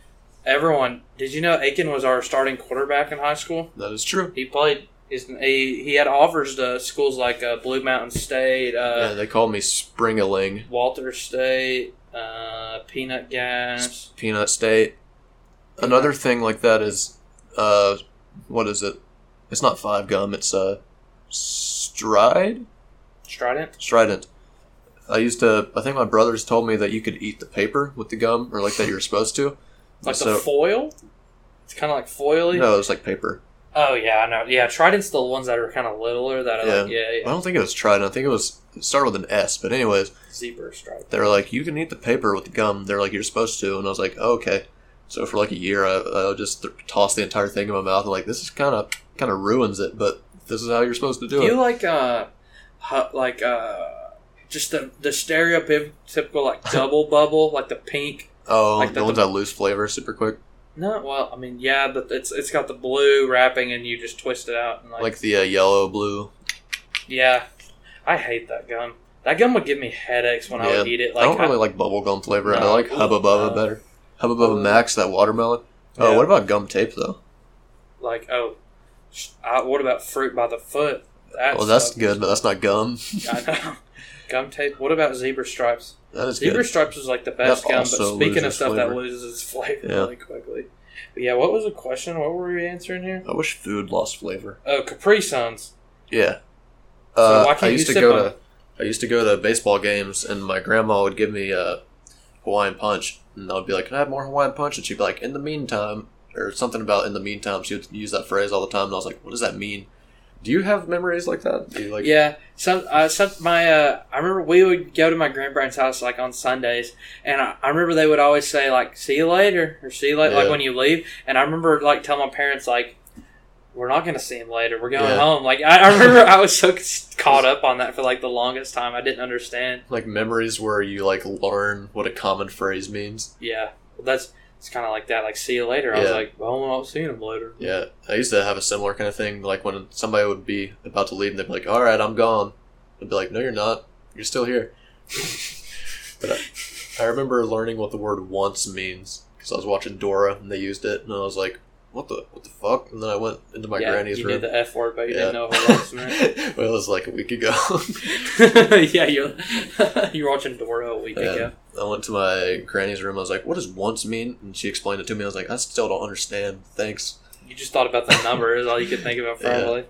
Speaker 2: everyone, did you know Aiken was our starting quarterback in high school?
Speaker 1: That is true.
Speaker 2: He played. His, he, he had offers to schools like uh, Blue Mountain State,
Speaker 1: Yeah,
Speaker 2: uh,
Speaker 1: they called me Springaling.
Speaker 2: Walter State, uh, Peanut Gas.
Speaker 1: Peanut State. Another thing like that is, uh, what is it? It's not Five Gum. It's uh, Stride.
Speaker 2: Strident.
Speaker 1: Strident. I used to. I think my brothers told me that you could eat the paper with the gum, or like that you're supposed to.
Speaker 2: Like
Speaker 1: So-
Speaker 2: the foil? It's kind of like foily.
Speaker 1: No, it's like paper.
Speaker 2: Oh, yeah, I know. Yeah, Trident's the ones that are kind of littler that are like, yeah,
Speaker 1: I
Speaker 2: yeah.
Speaker 1: don't think it was Trident. I think it was it started with an S. But anyways,
Speaker 2: Zebra Strident.
Speaker 1: they were like, you can eat the paper with the gum. They're like, you're supposed to. And I was like, oh, okay. So for like a year, I, I would just th- toss the entire thing in my mouth. and like, this is kind of kind of ruins it, but this is how you're supposed to do
Speaker 2: Do
Speaker 1: it.
Speaker 2: you like, uh, hu- like, uh, just the, the stereotypical, like, double bubble, like the pink?
Speaker 1: Oh,
Speaker 2: Like
Speaker 1: the,
Speaker 2: the-
Speaker 1: ones that lose flavor super quick,
Speaker 2: No, well, I mean, yeah, but it's it's got the blue wrapping and you just twist it out and like,
Speaker 1: like, the uh, yellow, blue.
Speaker 2: yeah. I hate that gum. That gum would give me headaches when I would
Speaker 1: Yeah.
Speaker 2: eat it.
Speaker 1: I
Speaker 2: Like,
Speaker 1: don't really like bubblegum flavor. I
Speaker 2: No.
Speaker 1: like Hubba Bubba
Speaker 2: Uh,
Speaker 1: better. Hubba Bubba
Speaker 2: uh,
Speaker 1: Max, that watermelon. Oh,
Speaker 2: yeah.
Speaker 1: what about gum tape though?
Speaker 2: like oh, sh- I, what about fruit by the foot? That's
Speaker 1: well, Oh, that's
Speaker 2: stuff-
Speaker 1: good, but that's not gum.
Speaker 2: I know. Gum tape. What about zebra stripes?
Speaker 1: That is
Speaker 2: Zebra
Speaker 1: good.
Speaker 2: stripes is like the best
Speaker 1: That
Speaker 2: gum.
Speaker 1: also
Speaker 2: But speaking of
Speaker 1: loses
Speaker 2: stuff that
Speaker 1: flavor.
Speaker 2: loses its flavor
Speaker 1: Yeah.
Speaker 2: really quickly. But yeah. What was the question? What were we answering here?
Speaker 1: I wish food lost flavor.
Speaker 2: Oh, Capri Suns.
Speaker 1: Yeah.
Speaker 2: So why
Speaker 1: Uh, I
Speaker 2: can't
Speaker 1: used
Speaker 2: you
Speaker 1: to
Speaker 2: sip
Speaker 1: go
Speaker 2: on
Speaker 1: to I used to go to baseball games, and my grandma would give me uh, Hawaiian punch, and I would be like, "Can I have more Hawaiian punch?" And she'd be like, "In the meantime," or something about "in the meantime." She would use that phrase all the time, and I was like, "What does that mean?" Do you have memories like that? Do you like
Speaker 2: yeah, some uh, some my uh, I remember we would go to my grandparents' house like on Sundays, and I, I remember they would always say like "see you later" or "see you later,"
Speaker 1: Yeah.
Speaker 2: like when you leave. And I remember like telling my parents like, "We're not gonna see him later. We're going
Speaker 1: Yeah.
Speaker 2: home." Like I, I remember I was so c- caught up on that for like the longest time. I didn't understand.
Speaker 1: like memories where you like learn what a common phrase means.
Speaker 2: Yeah, well, that's it's kind of like that. Like "see you later." I was
Speaker 1: Yeah.
Speaker 2: like, "Well, I'm not seeing him later."
Speaker 1: Yeah, I used to have a similar kind of thing. Like when somebody would be about to leave, and they'd be like, "All right, I'm gone." I'd be like, "No, you're not. You're still here." but I, I remember learning what the word "once" means because I was watching Dora and they used it, and I was like, "What the what the fuck?" And then I went into my
Speaker 2: yeah,
Speaker 1: granny's
Speaker 2: you
Speaker 1: room.
Speaker 2: knew the F word, but you
Speaker 1: Yeah.
Speaker 2: didn't know what else meant.
Speaker 1: well, it was like a week ago.
Speaker 2: yeah, you're you're watching Dora a week
Speaker 1: Yeah.
Speaker 2: ago.
Speaker 1: I went to my granny's room. I was like, "What does once mean?" And she explained it to me. I was like, "I still don't understand." Thanks.
Speaker 2: you just thought about the number is all you could think about probably.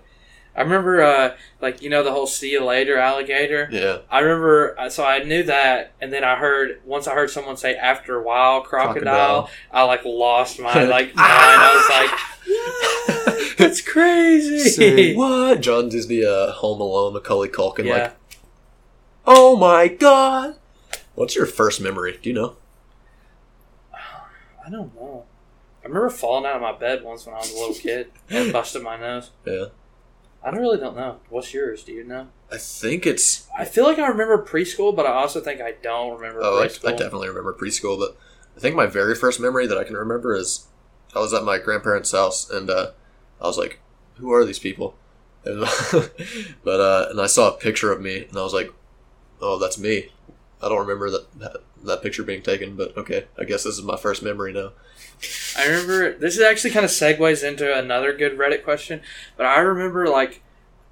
Speaker 2: I remember uh, like you know the whole see you later alligator.
Speaker 1: Yeah,
Speaker 2: I remember uh, so I knew that and then I heard once I heard someone say after a while crocodile, I like lost my like mind. I was like that's crazy.
Speaker 1: Say what? John Disney, uh, Home Alone, Macaulay Culkin,
Speaker 2: yeah.
Speaker 1: like, oh my god. What's your first memory? Do you know?
Speaker 2: I don't know. I remember falling out of my bed once when I was a little kid and busted my nose.
Speaker 1: Yeah.
Speaker 2: I don't really don't know. What's yours? Do you know?
Speaker 1: I think it's.
Speaker 2: I feel like I remember preschool, but I also think I don't remember
Speaker 1: Oh, I,
Speaker 2: preschool.
Speaker 1: I definitely remember preschool, but I think my very first memory that I can remember is I was at my grandparents' house and uh, I was like, who are these people? And, but uh, and I saw a picture of me and I was like, oh, that's me. I don't remember that, that that picture being taken, but okay, I guess this is my first memory now.
Speaker 2: I remember this is actually kind of segues into another good Reddit question, but I remember like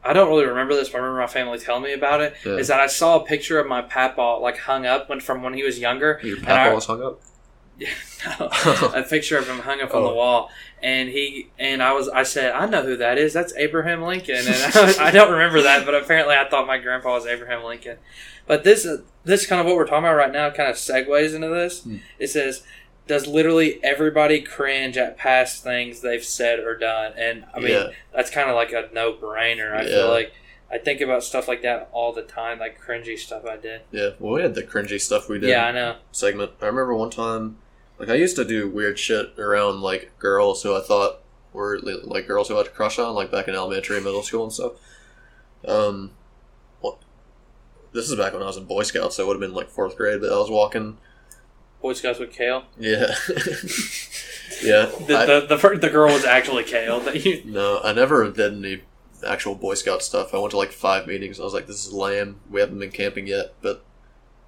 Speaker 2: I don't really remember this, but I remember my family telling me about it. Is
Speaker 1: Yeah.
Speaker 2: that I saw a picture of my papaw like hung up when from when he was younger.
Speaker 1: Your
Speaker 2: And I-
Speaker 1: papa was hung up.
Speaker 2: a picture of him hung up on the
Speaker 1: Oh.
Speaker 2: wall, and he and I was I said I know who that is. That's Abraham Lincoln, and I, was- I don't remember that, but apparently I thought my grandpa was Abraham Lincoln. But this this kind of what we're talking about right now kind of segues into this.
Speaker 1: Hmm.
Speaker 2: It says. Does literally everybody cringe at past things they've said or done? And I mean,
Speaker 1: Yeah.
Speaker 2: that's kind of like a no brainer. I
Speaker 1: Yeah.
Speaker 2: feel like I think about stuff like that all the time, like cringy stuff I did.
Speaker 1: Yeah, well, we had the cringy stuff we did
Speaker 2: Yeah, I know.
Speaker 1: segment. I remember one time, like I used to do weird shit around like girls who I thought were li- like girls who I had a crush on, like back in elementary, middle school, and stuff. Um, what? This is back when I was in Boy Scouts, so it would have been like fourth grade. But I was walking.
Speaker 2: Boy Scouts with kale.
Speaker 1: Yeah, yeah.
Speaker 2: The,
Speaker 1: I-
Speaker 2: the, the, fir- the girl was actually kale. That you,
Speaker 1: No, I never did any actual Boy Scout stuff. I went to like five meetings. I was like, this is lame. We haven't been camping yet, but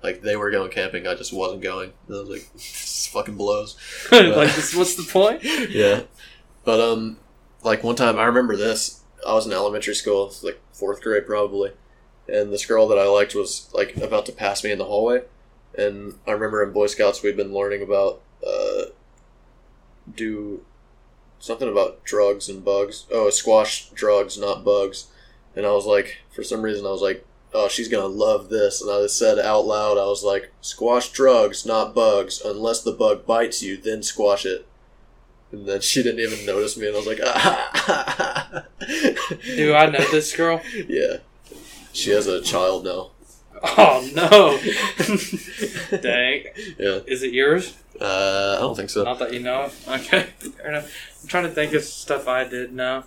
Speaker 1: like they were going camping. I just wasn't going. And I was like, this fucking blows.
Speaker 2: like, this- what's the point?
Speaker 1: yeah. But um, like one time I remember this. I was in elementary school, it's like fourth grade probably, and this girl that I liked was like about to pass me in the hallway, and I remember in Boy Scouts we'd been learning about uh, do something about drugs and bugs. Oh, squash drugs, not bugs. And I was like, for some reason, I was like, oh, she's gonna love this. And I just said out loud, I was like, squash drugs, not bugs. Unless the bug bites you, then squash it. And then she didn't even notice me, and I was like, ah.
Speaker 2: Do I know this girl?
Speaker 1: yeah. She has a child now.
Speaker 2: Oh, no. Dang.
Speaker 1: Yeah.
Speaker 2: Is it yours?
Speaker 1: Uh, I don't think so.
Speaker 2: Not that you know of. Okay, fair enough. I'm trying to think of stuff I did now.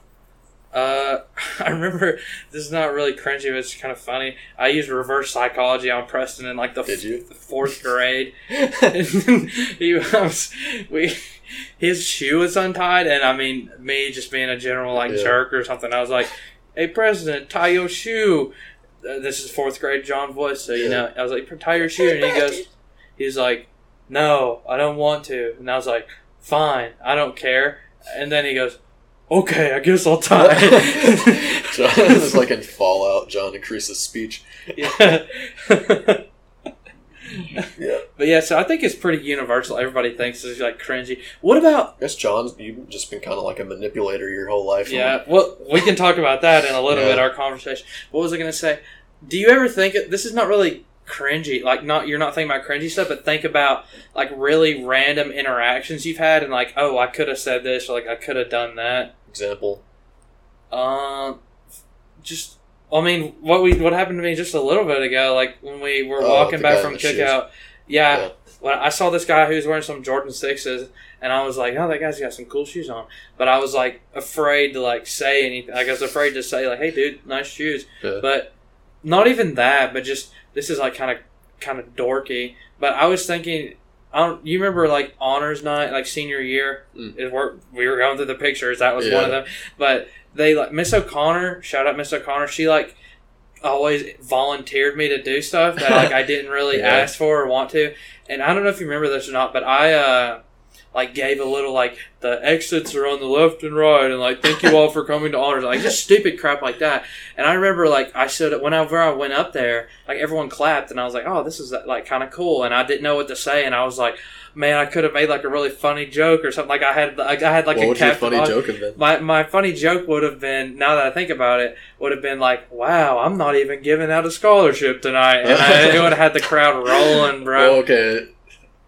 Speaker 2: Uh, I remember this is not really cringy, but it's kind of funny. I used reverse psychology on Preston in like the
Speaker 1: Did you?
Speaker 2: the fourth grade. And he was, we, his shoe was untied, and I mean, me just being a general like
Speaker 1: Yeah.
Speaker 2: jerk or something, I was like, "Hey, President, tie your shoe." Uh, This is fourth grade John voice, so you
Speaker 1: Yeah.
Speaker 2: know, I was like, "Tie your shoe," and he goes, "He's like, no, I don't want to," and I was like, "Fine, I don't care," and then he goes. Okay, I guess I'll tie. it."
Speaker 1: John it's like in Fallout. John increases speech.
Speaker 2: yeah.
Speaker 1: Yeah.
Speaker 2: But yeah, so I think it's pretty universal. Everybody thinks it's like cringy. What about
Speaker 1: I guess John's you've just been kind of like a manipulator your whole life.
Speaker 2: yeah? Well, we can talk about that in a little
Speaker 1: Yeah.
Speaker 2: bit. Our conversation. What was I going to say? Do you ever think this is not really cringy? Like, not you're not thinking about cringy stuff, but think about like really random interactions you've had, and like, oh, I could have said this, or like I could have done that.
Speaker 1: Example.
Speaker 2: Um, just. I mean, what we what happened to me just a little bit ago, like when we were
Speaker 1: Oh,
Speaker 2: walking
Speaker 1: the guy
Speaker 2: back
Speaker 1: in
Speaker 2: from
Speaker 1: the shoes.
Speaker 2: cookout. Yeah,
Speaker 1: Yeah.
Speaker 2: when I saw this guy who was wearing some Jordan sixes, and I was like, "Oh, that guy's got some cool shoes on," but I was like afraid to like say anything. Like, I was afraid to say like, "Hey, dude, nice shoes,"
Speaker 1: Yeah.
Speaker 2: but not even that. But just this is like kind of kind of dorky. But I was thinking, I don't. You remember like honors night, like senior year?
Speaker 1: Mm.
Speaker 2: It were we were going through the pictures. That was one of
Speaker 1: Yeah.
Speaker 2: them. But they like Miss O'Connor. Shout out Miss O'Connor. She like always volunteered me to do stuff that like I didn't really
Speaker 1: Yeah.
Speaker 2: ask for or want to. And I don't know if you remember this or not, but I uh like gave a little like the exits are on the left and right and like thank you all for coming to honors like just stupid crap like that. And I remember like I stood up whenever I went up there, like everyone clapped and I was like, Oh, this is like kinda cool and I didn't know what to say and I was like, Man, I could have made like a really funny joke or something. Like I had like I had like
Speaker 1: what
Speaker 2: a
Speaker 1: would your
Speaker 2: captive
Speaker 1: funny
Speaker 2: audience.
Speaker 1: joke have been?
Speaker 2: My, my funny joke would have been, now that I think about it, would have been like, wow, I'm not even giving out a scholarship tonight. And I, it would have had the crowd
Speaker 1: Well,
Speaker 2: rolling, bro.
Speaker 1: okay.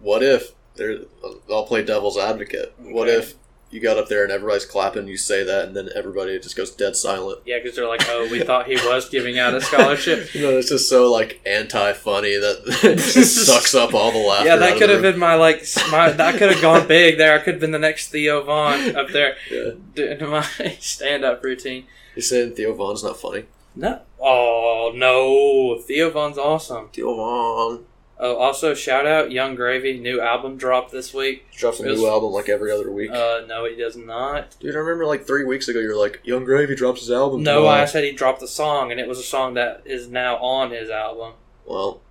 Speaker 1: What if there? I'll play devil's advocate. What
Speaker 2: Okay.
Speaker 1: if you got up there and everybody's clapping, you say that, and then everybody just goes dead silent?
Speaker 2: Yeah, because they're like, oh, we thought he was giving out a scholarship.
Speaker 1: You know, it's just so like anti-funny that it just sucks up all the laughter.
Speaker 2: yeah,
Speaker 1: out
Speaker 2: that
Speaker 1: of
Speaker 2: could
Speaker 1: the
Speaker 2: have
Speaker 1: room.
Speaker 2: been my, like, s- my, that could have gone big there. I could have been the next Theo Vaughn up there
Speaker 1: Yeah.
Speaker 2: doing my stand up routine.
Speaker 1: You're saying Theo Vaughn's not funny?
Speaker 2: No. Oh, no. Theo Vaughn's awesome.
Speaker 1: Theo Vaughn
Speaker 2: Oh, also, shout out Young Gravy. New album dropped this week.
Speaker 1: drops a
Speaker 2: It was-
Speaker 1: new album like every other week.
Speaker 2: Uh, no, he does not.
Speaker 1: Dude, I remember like three weeks ago you were like, Young Gravy drops his album.
Speaker 2: No,
Speaker 1: tomorrow."
Speaker 2: I said he dropped the song, and it was a song that is now on his album.
Speaker 1: Well,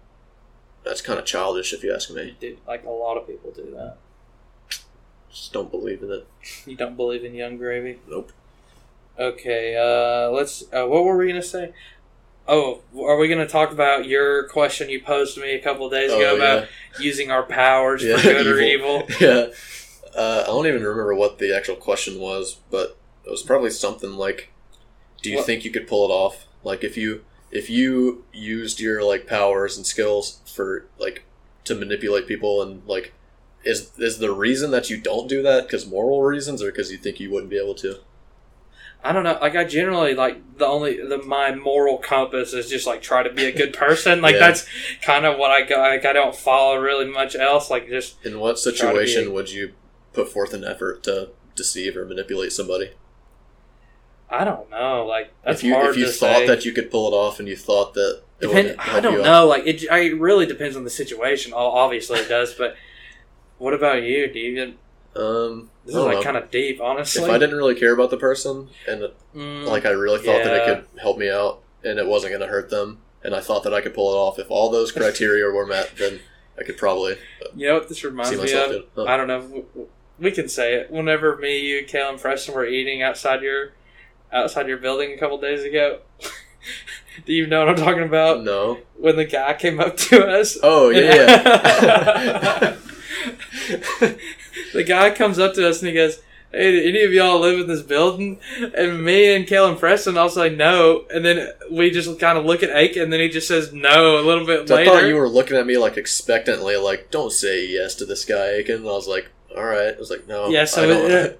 Speaker 1: that's kind of childish if you ask me.
Speaker 2: Dude, like a lot of people do that.
Speaker 1: Just don't believe in it.
Speaker 2: You don't believe in Young Gravy?
Speaker 1: Nope.
Speaker 2: Okay, uh, let's. Uh, what were we gonna say? Oh, are we gonna talk about your question you posed to me a couple days ago
Speaker 1: Oh,
Speaker 2: about using our powers
Speaker 1: Yeah,
Speaker 2: for good or
Speaker 1: evil.
Speaker 2: evil?
Speaker 1: yeah. Uh, I don't even remember what the actual question was, but it was probably something like, "Do you
Speaker 2: What-
Speaker 1: think you could pull it off? Like, if you if you used your like powers and skills for like to manipulate people and like." Is, is the reason that you don't do that because moral reasons or because you think you wouldn't be able to?
Speaker 2: I don't know. Like I generally like the only the my moral compass is just like try to be a good person. Like
Speaker 1: Yeah.
Speaker 2: that's kind of what I go. Like I don't follow really much else. Like just
Speaker 1: In what
Speaker 2: to be a-
Speaker 1: situation would you put forth an effort to deceive or manipulate somebody?
Speaker 2: I don't know. Like that's
Speaker 1: if you
Speaker 2: hard
Speaker 1: if you
Speaker 2: to
Speaker 1: thought
Speaker 2: say.
Speaker 1: that you could pull it off and you thought that it
Speaker 2: Depend-
Speaker 1: would
Speaker 2: I
Speaker 1: help
Speaker 2: don't
Speaker 1: you out.
Speaker 2: know. Like it, I- it really depends on the situation. Oh, Obviously, it does. But what about you, dude?
Speaker 1: Um,
Speaker 2: This
Speaker 1: I
Speaker 2: is
Speaker 1: don't
Speaker 2: like
Speaker 1: know.
Speaker 2: kind of deep, honestly.
Speaker 1: if I didn't really care about the person and
Speaker 2: Mm,
Speaker 1: like I really thought that
Speaker 2: Yeah.
Speaker 1: it could help me out and it wasn't going to hurt them and I thought that I could pull it off if all those criteria were met then I could probably
Speaker 2: you know what this reminds
Speaker 1: see
Speaker 2: me
Speaker 1: myself
Speaker 2: of?
Speaker 1: doing. Huh.
Speaker 2: I don't know. w- w- We can say it. Whenever me, you, Kale, and Preston were eating outside your outside your building a couple days ago, do you know what I'm talking about?
Speaker 1: no.
Speaker 2: When the guy came up to us,
Speaker 1: Oh yeah.
Speaker 2: the guy comes up to us and he goes, "Hey, do any of y'all live in this building?" And me and Kale and Preston all say no, and then we just kind of look at Ake, and then he just says no a little bit
Speaker 1: So I
Speaker 2: later.
Speaker 1: thought you were looking at me like expectantly, like don't say yes to this guy, Aiken. And I was like, all right. I was like, no.
Speaker 2: Yeah, so
Speaker 1: I don't
Speaker 2: it-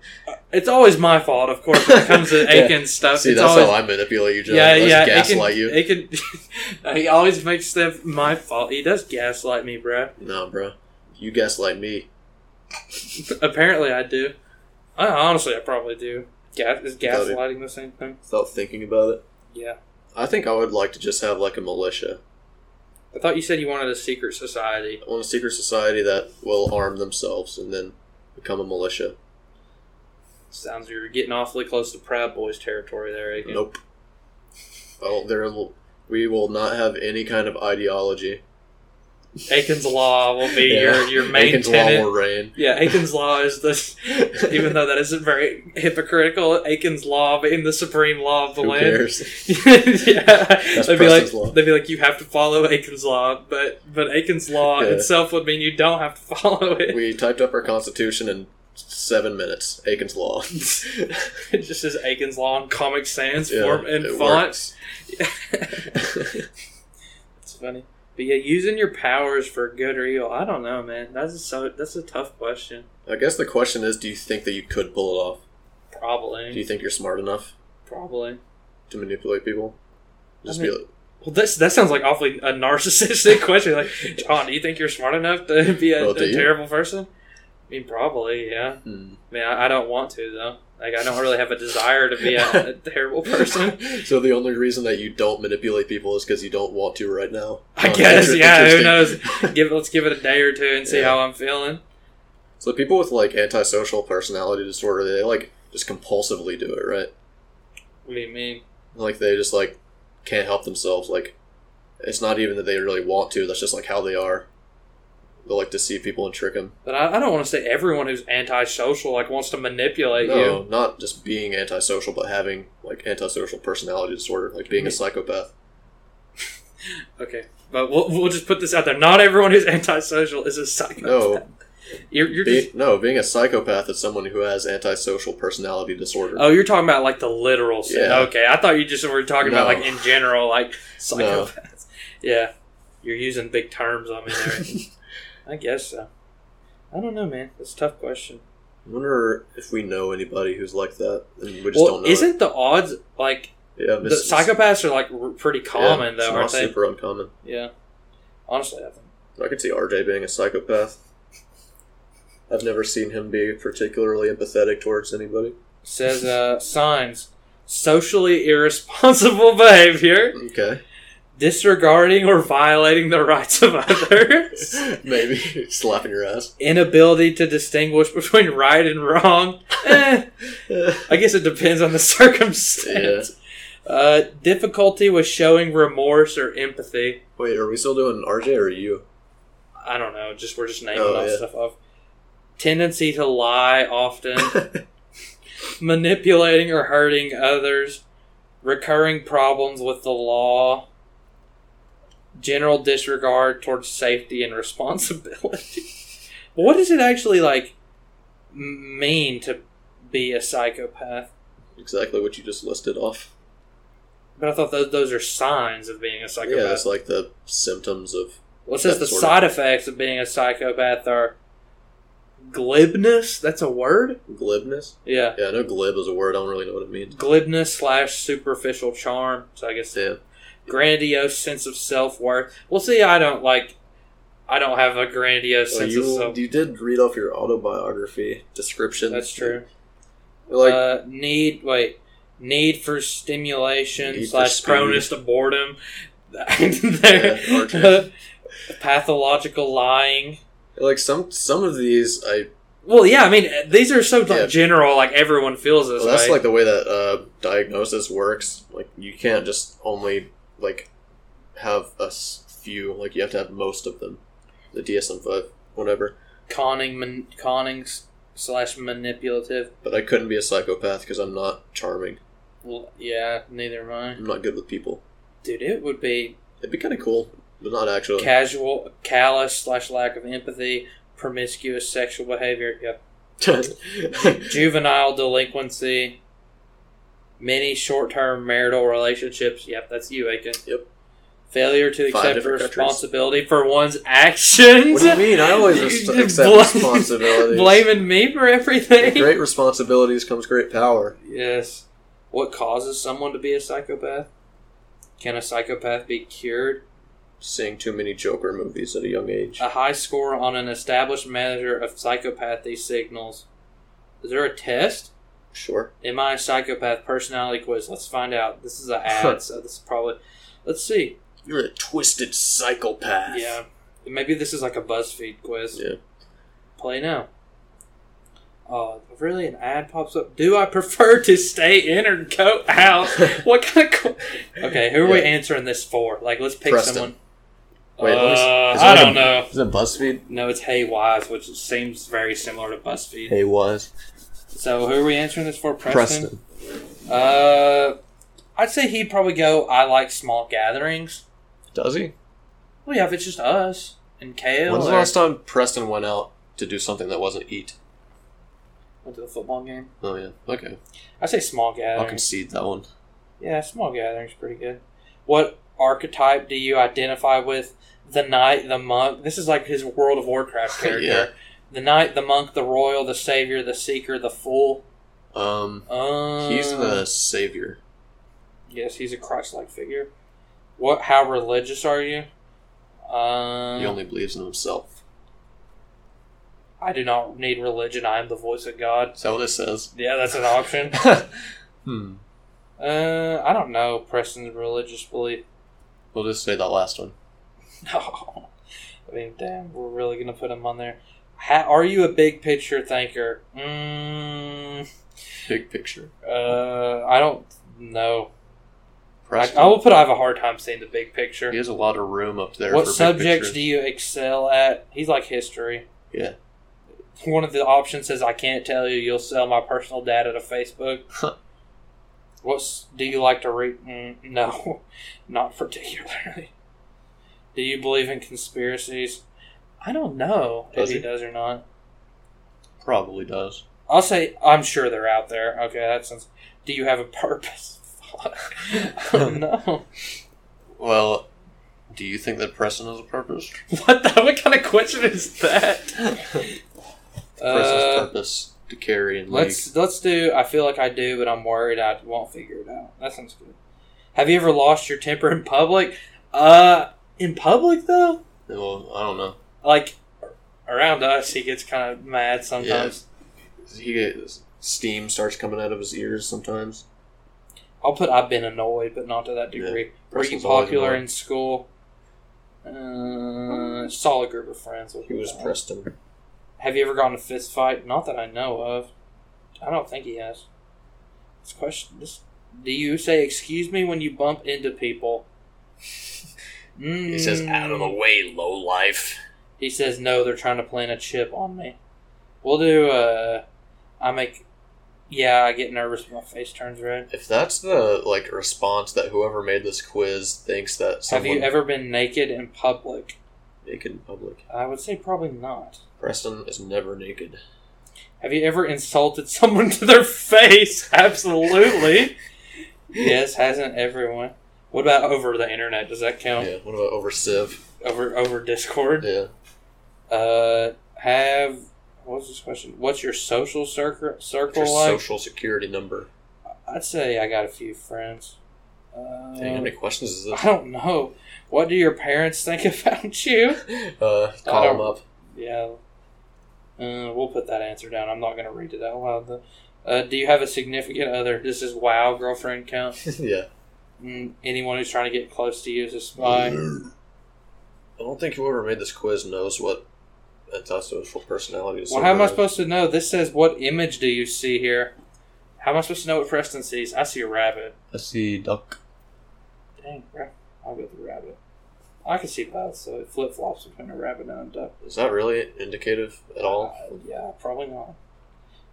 Speaker 2: It's always my fault, of course, when it comes to
Speaker 1: Yeah.
Speaker 2: Aiken stuff.
Speaker 1: see,
Speaker 2: it's
Speaker 1: that's
Speaker 2: always
Speaker 1: how I manipulate you, John.
Speaker 2: yeah,
Speaker 1: I just
Speaker 2: yeah.
Speaker 1: gaslight you.
Speaker 2: Aiken, Aiken, he always makes stuff my fault. He does gaslight me, bro.
Speaker 1: no, bro, you gaslight me.
Speaker 2: Apparently, I do. I, honestly, I probably do. Gas, is
Speaker 1: Probably.
Speaker 2: gaslighting the same thing?
Speaker 1: Without thinking about it,
Speaker 2: Yeah.
Speaker 1: I think I would like to just have like a militia.
Speaker 2: I thought you said you wanted a secret society.
Speaker 1: I want a secret society that will arm themselves and then become a militia.
Speaker 2: Sounds like you're getting awfully close to Proud Boys territory there, Aiken.
Speaker 1: Nope. Oh, there will- we will not have any kind of ideology.
Speaker 2: Aiken's Law will be
Speaker 1: Yeah.
Speaker 2: your, your main
Speaker 1: Aiken's law
Speaker 2: tenant.
Speaker 1: will reign.
Speaker 2: Yeah, Aiken's Law is the, even though that isn't very hypocritical, Aiken's Law being the supreme law of the
Speaker 1: Who
Speaker 2: land.
Speaker 1: cares?
Speaker 2: yeah, they'd be like
Speaker 1: Preston's law.
Speaker 2: they'd be like you have to follow Aiken's law, but but Aiken's law
Speaker 1: Yeah.
Speaker 2: itself would mean you don't have to follow it.
Speaker 1: We typed up our constitution in seven minutes. Aiken's law.
Speaker 2: it just says Aiken's law in Comic Sans
Speaker 1: Yeah,
Speaker 2: form and
Speaker 1: it
Speaker 2: font.
Speaker 1: works.
Speaker 2: It's funny, but yeah, using your powers for good or evil. I don't know, man. That's a so that's a tough question.
Speaker 1: I guess the question is: Do you think that you could pull it off? Do
Speaker 2: Probably,
Speaker 1: you think you're smart enough
Speaker 2: probably.
Speaker 1: to manipulate people? Just
Speaker 2: I mean-
Speaker 1: be like,
Speaker 2: Well, that's that sounds like awfully a narcissistic question. Like, John, do you think you're smart enough to be a,
Speaker 1: Well,
Speaker 2: a
Speaker 1: do you?
Speaker 2: terrible person? I mean, probably, yeah.
Speaker 1: hmm.
Speaker 2: Man, I, I don't want to though. Like, I don't really have a desire to be a, a terrible person.
Speaker 1: so the only reason that you don't manipulate people is because you don't want to right now.
Speaker 2: I
Speaker 1: Huh,
Speaker 2: guess,
Speaker 1: inter-
Speaker 2: yeah. Who
Speaker 1: interesting.
Speaker 2: knows? Give let's give it a day or two and see
Speaker 1: Yeah.
Speaker 2: how I'm feeling.
Speaker 1: So people with like antisocial personality disorder, they like just compulsively do it, right?
Speaker 2: What do you mean?
Speaker 1: Like they just like can't help themselves. Like it's not even that they really want to. That's just like how they are. They like deceive people and trick them.
Speaker 2: But I, I don't want to say everyone who's antisocial like wants to manipulate
Speaker 1: No,
Speaker 2: you.
Speaker 1: not just being antisocial, but having like antisocial personality disorder, like being a psychopath.
Speaker 2: Okay, but we'll, we'll just put this out there. Not everyone who's antisocial is a psycho.
Speaker 1: No,
Speaker 2: you're, you're
Speaker 1: be,
Speaker 2: just,
Speaker 1: no, being a psychopath is someone who has antisocial personality disorder.
Speaker 2: oh, you're talking about like the literal. Sin.
Speaker 1: Yeah.
Speaker 2: Okay, I thought you just were talking about
Speaker 1: No.
Speaker 2: like in general, like psychopaths. Yeah, you're using big terms on me there. I guess so. I don't know, man. It's a tough question.
Speaker 1: I wonder if we know anybody who's like that, and we just don't
Speaker 2: well,
Speaker 1: know.
Speaker 2: isn't the odds like
Speaker 1: it. yeah,
Speaker 2: the psychopaths are like r- pretty common
Speaker 1: yeah,
Speaker 2: though,
Speaker 1: It's
Speaker 2: aren't
Speaker 1: not
Speaker 2: they?
Speaker 1: super uncommon.
Speaker 2: Yeah. Honestly, I think.
Speaker 1: I could see RJ being a psychopath. I've never seen him be particularly empathetic towards anybody.
Speaker 2: Says uh, signs socially irresponsible behavior,
Speaker 1: Okay,
Speaker 2: disregarding or violating the rights of others,
Speaker 1: maybe slapping your ass.
Speaker 2: inability to distinguish between right and wrong. Eh, I guess it depends on the
Speaker 1: yeah.
Speaker 2: circumstance. Uh, difficulty with showing remorse or empathy.
Speaker 1: Wait, are we still doing RJ or you?
Speaker 2: I don't know. Just we're just naming
Speaker 1: Oh,
Speaker 2: all
Speaker 1: yeah.
Speaker 2: stuff off. Tendency to lie often. manipulating or hurting others, recurring problems with the law, general disregard towards safety and responsibility. But what does it actually like m- mean to be a psychopath?
Speaker 1: exactly what you just listed off.
Speaker 2: But I thought those, those are signs of being a
Speaker 1: yeah,
Speaker 2: psychopath.
Speaker 1: that's like the symptoms of.
Speaker 2: well, it says
Speaker 1: that
Speaker 2: the
Speaker 1: sort of-
Speaker 2: side effects of being a psychopath are glibness. That's a word.
Speaker 1: Glibness?
Speaker 2: Yeah,
Speaker 1: Yeah, I know glib is a word. I don't really know what it means.
Speaker 2: glibness slash superficial charm. So I guess
Speaker 1: Yeah.
Speaker 2: grandiose sense of self worth. Well, see, I don't like. I don't have a grandiose
Speaker 1: Well,
Speaker 2: sense of
Speaker 1: you,
Speaker 2: self.
Speaker 1: you did read off your autobiography description.
Speaker 2: That's true.
Speaker 1: Like,
Speaker 2: uh, need wait need for stimulation
Speaker 1: Need for
Speaker 2: slash
Speaker 1: speed.
Speaker 2: proneness to boredom.
Speaker 1: Yeah,
Speaker 2: there,
Speaker 1: okay.
Speaker 2: pathological lying.
Speaker 1: like some some of these, I
Speaker 2: Well, yeah, I mean uh, these are so like,
Speaker 1: Yeah.
Speaker 2: general. Like everyone feels this
Speaker 1: Well, that's
Speaker 2: way.
Speaker 1: like the way that uh, diagnosis works. Like you can't just only like have a s- few. Like you have to have most of them. The DSM five, whatever.
Speaker 2: conning, man, conning s- slash manipulative.
Speaker 1: But I couldn't be a psychopath because I'm not charming.
Speaker 2: Well, yeah, neither am I.
Speaker 1: I'm not good with people.
Speaker 2: Dude, it would be
Speaker 1: It'd be kind of cool, but not actually.
Speaker 2: casual, callous slash lack of empathy, promiscuous sexual behavior. Yep. juvenile delinquency, many short-term marital relationships. Yep, that's you, Aiken.
Speaker 1: Yep.
Speaker 2: Failure to
Speaker 1: Five
Speaker 2: accept
Speaker 1: different
Speaker 2: responsibility for one's
Speaker 1: what
Speaker 2: actions.
Speaker 1: do you mean? I always
Speaker 2: You
Speaker 1: just
Speaker 2: just
Speaker 1: accept
Speaker 2: blame-
Speaker 1: responsibility.
Speaker 2: Blaming me for everything.
Speaker 1: With great responsibilities comes great power.
Speaker 2: Yes. What causes someone to be a psychopath? Can a psychopath be cured?
Speaker 1: Seeing too many Joker movies at a young age.
Speaker 2: A high score on an established measure of psychopathy signals. Is there a test?
Speaker 1: Sure.
Speaker 2: Am I a psychopath? Personality quiz. Let's find out. This is an ad, so this is probably. Let's see.
Speaker 1: You're a twisted psychopath.
Speaker 2: Yeah, maybe this is like a BuzzFeed quiz.
Speaker 1: Yeah.
Speaker 2: Play now. Oh, really? An ad pops up. Do I prefer to stay in or go out? what kind of? Qu- okay, who are we
Speaker 1: Yeah.
Speaker 2: answering this for? Like, let's pick
Speaker 1: Preston.
Speaker 2: someone.
Speaker 1: Wait, let me s-
Speaker 2: Uh,
Speaker 1: is it
Speaker 2: I
Speaker 1: like a-
Speaker 2: don't know.
Speaker 1: Is it BuzzFeed?
Speaker 2: No, it's Hey Wise, which seems very similar to BuzzFeed.
Speaker 1: It was.
Speaker 2: So, who are we answering this for?
Speaker 1: Preston.
Speaker 2: Uh, I'd say he'd probably go. I like small gatherings.
Speaker 1: Does he?
Speaker 2: Well, yeah, if it's just us and Kale,
Speaker 1: When's the
Speaker 2: or-
Speaker 1: last time Preston went out to do something that wasn't eat?
Speaker 2: went to the football game.
Speaker 1: Oh yeah, okay.
Speaker 2: I say small
Speaker 1: I'll
Speaker 2: gatherings.
Speaker 1: concede that one.
Speaker 2: Yeah, small gatherings pretty good. What archetype do you identify with? The knight, the monk. This is like his World of Warcraft character.
Speaker 1: Yeah.
Speaker 2: The knight, the monk, the royal, the savior, the seeker, the fool.
Speaker 1: Um,
Speaker 2: Um,
Speaker 1: he's the savior.
Speaker 2: yes, he's a Christ-like figure. What? How religious are you? Um,
Speaker 1: He only believes in himself.
Speaker 2: I do not need religion. I am the voice of God.
Speaker 1: Is that what it says?
Speaker 2: Yeah, that's an option.
Speaker 1: Hmm.
Speaker 2: uh, I don't know Preston's religious belief.
Speaker 1: We'll just say that last one.
Speaker 2: No, I mean, damn, we're really gonna put him on there. Ha- are you a big picture thinker? Mm,
Speaker 1: Big picture.
Speaker 2: uh, I don't know. I,
Speaker 1: Preston.
Speaker 2: I will put. I have a hard time seeing the big picture.
Speaker 1: He has a lot of room up there.
Speaker 2: What
Speaker 1: for
Speaker 2: subjects
Speaker 1: big
Speaker 2: do
Speaker 1: pictures.
Speaker 2: you excel at? He's like history.
Speaker 1: Yeah.
Speaker 2: One of the options says, "I can't tell you. You'll sell my personal data to Facebook."
Speaker 1: Huh.
Speaker 2: What's do you like to read? Mm, no, not particularly. Do you believe in conspiracies? I don't know
Speaker 1: Does
Speaker 2: if he
Speaker 1: he?
Speaker 2: does or not.
Speaker 1: Probably does.
Speaker 2: I'll say I'm sure they're out there. Okay, that sounds. Do you have a purpose? Fuck. no.
Speaker 1: Well, do you think that Preston has a purpose?
Speaker 2: What the? What kind of question is that?
Speaker 1: Preston's
Speaker 2: Uh,
Speaker 1: purpose to carry and lead.
Speaker 2: Let's let's do. I feel like I do, but I'm worried I won't figure it out. That sounds good. Have you ever lost your temper in public? Uh, in public though,
Speaker 1: Well, I don't know.
Speaker 2: like around us, he gets kind of mad sometimes.
Speaker 1: He gets, steam starts coming out of his ears sometimes.
Speaker 2: I'll put I've been annoyed, but not to that
Speaker 1: Yeah.
Speaker 2: degree. Were you
Speaker 1: Preston's always
Speaker 2: popular
Speaker 1: annoyed.
Speaker 2: in school? Uh, solid group of friends. With
Speaker 1: He was Preston.
Speaker 2: Have you ever gotten in a fist fight? Not that I know of. I don't think he has. This question this do you say excuse me when you bump into people? Mm.
Speaker 1: He says, out of the way, low life.
Speaker 2: He says no, they're trying to plant a chip on me. We'll do uh I make yeah, I get nervous when my face turns red.
Speaker 1: If that's the like response that whoever made this quiz thinks that someone
Speaker 2: Have you ever been naked in public?
Speaker 1: naked in public,
Speaker 2: I would say probably not.
Speaker 1: Preston is never naked.
Speaker 2: Have you ever insulted someone to their face? Absolutely. yes, hasn't everyone? What about over the internet? Does that count?
Speaker 1: Yeah. What about over Civ?
Speaker 2: Over over Discord?
Speaker 1: Yeah.
Speaker 2: Uh, have what was this question? What's your social circle circle
Speaker 1: Your
Speaker 2: like?
Speaker 1: social security number.
Speaker 2: I'd say I got a few friends. Uh,
Speaker 1: Dang, how many questions is
Speaker 2: I
Speaker 1: this?
Speaker 2: don't know. What do your parents think about you?
Speaker 1: Uh,
Speaker 2: I
Speaker 1: call
Speaker 2: don't-
Speaker 1: them up.
Speaker 2: Yeah. Uh, we'll put that answer down. I'm not going to read it out loud, though. Uh, do you have a significant other? Does his wow girlfriend count?
Speaker 1: yeah.
Speaker 2: Mm, anyone who's trying to get close to you is a spy.
Speaker 1: I don't think whoever made this quiz knows what antisocial personality is.
Speaker 2: well, how am I supposed to know? This says, what image do you see here? How am I supposed to know what Preston sees? I see a rabbit.
Speaker 1: I see duck.
Speaker 2: Dang, bro. I'll go with the rabbit. I can see both, so it flip flops between a rabbit and a duck.
Speaker 1: Is that really indicative at all?
Speaker 2: Uh, yeah, probably not.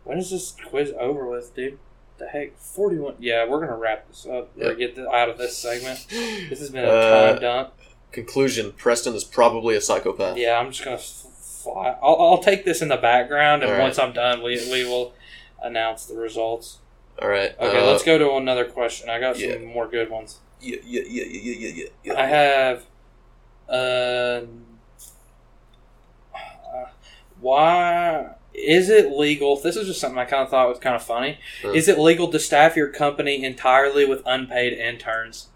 Speaker 2: When is this quiz over with, dude? The heck, forty-one. Yeah, we're gonna wrap this up or
Speaker 1: Yep.
Speaker 2: get the, out of this segment. This has been a
Speaker 1: Uh,
Speaker 2: time dump.
Speaker 1: Conclusion: Preston is probably a psychopath.
Speaker 2: Yeah, I'm just gonna f- fly. I'll, I'll take this in the background, and
Speaker 1: All right.
Speaker 2: once I'm done, we we will announce the results.
Speaker 1: All right.
Speaker 2: Okay,
Speaker 1: uh,
Speaker 2: let's go to another question. I got some
Speaker 1: yeah.
Speaker 2: more good ones.
Speaker 1: Yeah, yeah, yeah, yeah, yeah, yeah, yeah.
Speaker 2: I have. Uh, why is it legal? This is just something I kind of thought was kind of funny.
Speaker 1: Hmm.
Speaker 2: Is it legal to staff your company entirely with unpaid interns?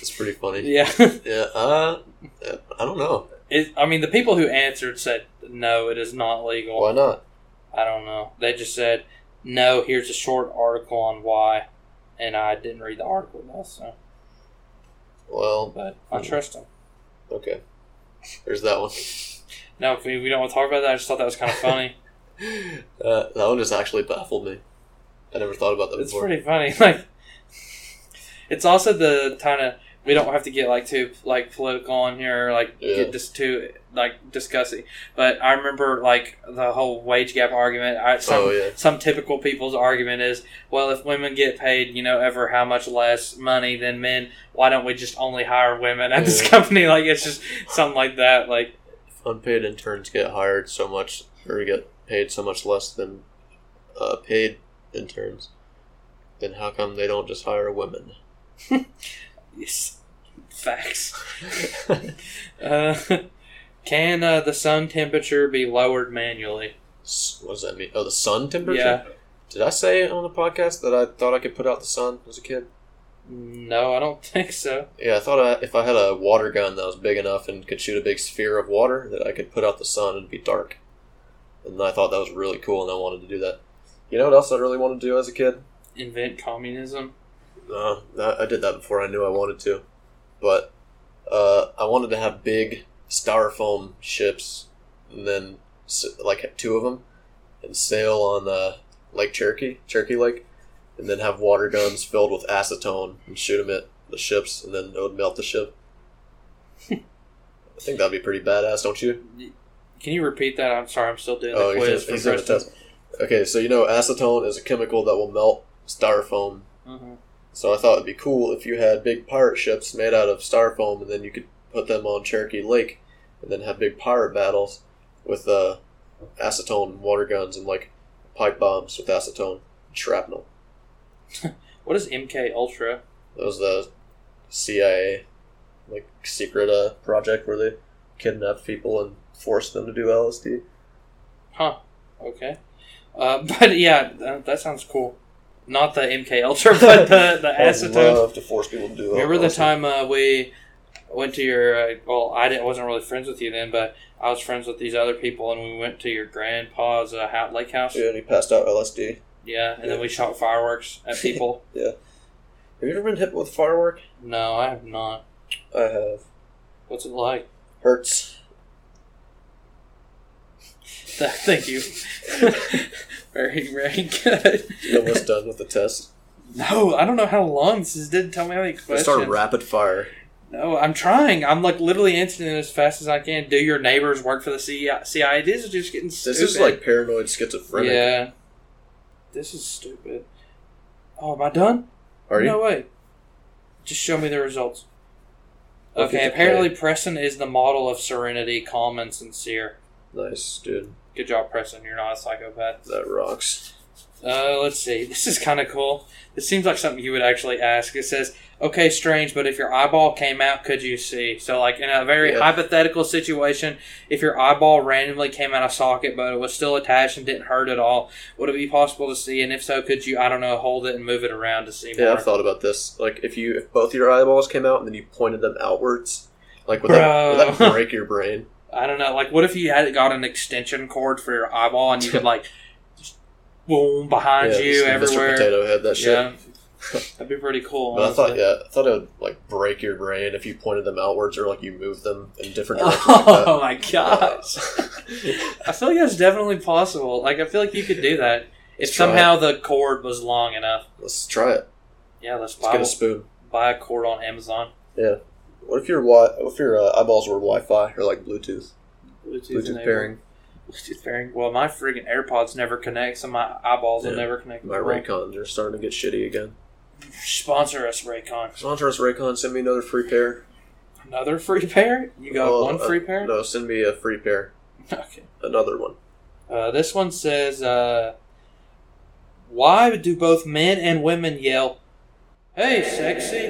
Speaker 1: It's pretty funny.
Speaker 2: Yeah,
Speaker 1: Yeah. Uh, uh, I don't know.
Speaker 2: it, I mean the people who answered said no, it is not legal.
Speaker 1: Why not?
Speaker 2: I don't know. They just said no. Here's a short article on why, and I didn't read the article though, so
Speaker 1: Well,
Speaker 2: but I
Speaker 1: Hmm.
Speaker 2: trust them.
Speaker 1: okay. There's that one.
Speaker 2: No, if we, we don't want to talk about that. I just thought that was kind of funny.
Speaker 1: Uh, that one just actually baffled me. I never thought about that
Speaker 2: it's
Speaker 1: before.
Speaker 2: pretty funny. Like, it's also the kind of we don't have to get like too like political on here, or, like
Speaker 1: Yeah.
Speaker 2: get just too like discussing. But I remember like the whole wage gap argument. I, some
Speaker 1: oh yeah.
Speaker 2: some typical people's argument is, well, if women get paid, you know, ever how much less money than men, why don't we just only hire women at this
Speaker 1: Yeah.
Speaker 2: company? Like it's just something like that. Like
Speaker 1: Unpaid interns get hired so much or get paid so much less than uh, paid interns. Then how come they don't just hire women?
Speaker 2: yes, facts. Uh, can uh, the sun temperature be lowered manually?
Speaker 1: S- what does that mean? Oh, the sun temperature.
Speaker 2: Yeah.
Speaker 1: Did I say on the podcast that I thought I could put out the sun as a kid?
Speaker 2: No, I don't think so.
Speaker 1: Yeah, I thought I, if I had a water gun that was big enough and could shoot a big sphere of water, that I could put out the sun and be dark. And I thought that was really cool, and I wanted to do that. You know what else I really wanted to do as a kid?
Speaker 2: Invent communism.
Speaker 1: No, Uh, I I did that before I knew I wanted to, but uh, I wanted to have big styrofoam ships, and then s- like have two of them, and sail on uh, Lake Cherokee, Cherokee Lake, and then have water guns filled with acetone and shoot them at the ships, and then it would melt the ship. I think that'd be pretty badass, don't you?
Speaker 2: Can you repeat that? I'm sorry, I'm still doing the
Speaker 1: Oh,
Speaker 2: quiz
Speaker 1: he's,
Speaker 2: for
Speaker 1: he's in the
Speaker 2: Preston.
Speaker 1: test. Okay, so you know acetone is a chemical that will melt styrofoam
Speaker 2: Mhm.
Speaker 1: so I thought it'd be cool if you had big pirate ships made out of styrofoam, and then you could put them on Cherokee Lake, and then have big pirate battles with uh, acetone and water guns and like pipe bombs with acetone and shrapnel.
Speaker 2: What is MK Ultra?
Speaker 1: That was the CIA like secret uh, project where they kidnapped people and forced them to do LSD.
Speaker 2: Huh. Okay. Uh, but yeah, that, that sounds cool. Not the MK Ultra, but the, the
Speaker 1: I
Speaker 2: acetone.
Speaker 1: love to force people to do.
Speaker 2: Remember the
Speaker 1: LSD.
Speaker 2: time uh, we went to your? Uh, well, I didn't, wasn't really friends with you then, but I was friends with these other people, and we went to your grandpa's uh, ho lake house. Yeah,
Speaker 1: Yeah, and he passed out LSD.
Speaker 2: and then we shot fireworks at people.
Speaker 1: Have you ever been hit with a firework?
Speaker 2: no, I have not.
Speaker 1: I have.
Speaker 2: What's it like?
Speaker 1: Hurts.
Speaker 2: Thank you. very, very good.
Speaker 1: Almost done with the test.
Speaker 2: No, I don't know how long this is. Didn't tell me how many
Speaker 1: Let's
Speaker 2: questions.
Speaker 1: start rapid fire.
Speaker 2: No, I'm trying. I'm like literally answering it as fast as I can. Do your neighbors work for the CIA? CIA? This is just getting stupid.
Speaker 1: This is like paranoid schizophrenic.
Speaker 2: yeah. This is stupid. Oh, am I done?
Speaker 1: Are you?
Speaker 2: no way. Just show me the results.
Speaker 1: Look at
Speaker 2: Okay,
Speaker 1: the
Speaker 2: apparently Preston is the model of serenity, calm, and sincere.
Speaker 1: Nice, dude.
Speaker 2: Good job, Preston. You're not a psychopath.
Speaker 1: That rocks.
Speaker 2: Uh, let's see. This is kind of cool. This seems like something you would actually ask. It says, "Okay, strange, but if your eyeball came out, could you see?" So, like in a very
Speaker 1: Yeah.
Speaker 2: hypothetical situation, if your eyeball randomly came out of socket, but it was still attached and didn't hurt at all, would it be possible to see? And if so, could you, I don't know, hold it and move it around to see
Speaker 1: Yeah,
Speaker 2: more?
Speaker 1: I've thought about this. Like, if you if both your eyeballs came out and then you pointed them outwards, like would that, would
Speaker 2: Bro.
Speaker 1: that break your brain?
Speaker 2: I don't know. Like, what if you had got an extension cord for your eyeball and you could like, boom behind
Speaker 1: yeah,
Speaker 2: you
Speaker 1: just Mr.
Speaker 2: everywhere?
Speaker 1: Potato Head, that shit.
Speaker 2: Yeah, that'd be pretty cool.
Speaker 1: But I thought,
Speaker 2: honestly.
Speaker 1: yeah, I thought it would like break your brain if you pointed them outwards or like you moved them in different directions.
Speaker 2: Oh my
Speaker 1: like that.
Speaker 2: gosh. I feel like that's definitely possible. Like I feel like you could do that if
Speaker 1: Let's try
Speaker 2: somehow the cord was long enough.
Speaker 1: Let's try it.
Speaker 2: Yeah, let's
Speaker 1: Let's get
Speaker 2: buy,
Speaker 1: a spoon.
Speaker 2: buy a cord on Amazon.
Speaker 1: What if your wi- what if your uh, eyeballs were Wi-Fi or like Bluetooth? Bluetooth
Speaker 2: Bluetooth, enabled.
Speaker 1: pairing.
Speaker 2: Bluetooth pairing. Well, my freaking AirPods never connect, so my eyeballs will
Speaker 1: Yeah.
Speaker 2: never connect.
Speaker 1: My Raycons are starting to get shitty again.
Speaker 2: Sponsor us, Raycon.
Speaker 1: Sponsor us Raycon. Send me another free pair.
Speaker 2: Another free pair? You got
Speaker 1: Oh,
Speaker 2: one
Speaker 1: uh,
Speaker 2: free pair?
Speaker 1: No, send me a free pair.
Speaker 2: Okay.
Speaker 1: Another one.
Speaker 2: Uh, this one says, uh, "Why do both men and women yell?" Hey, sexy!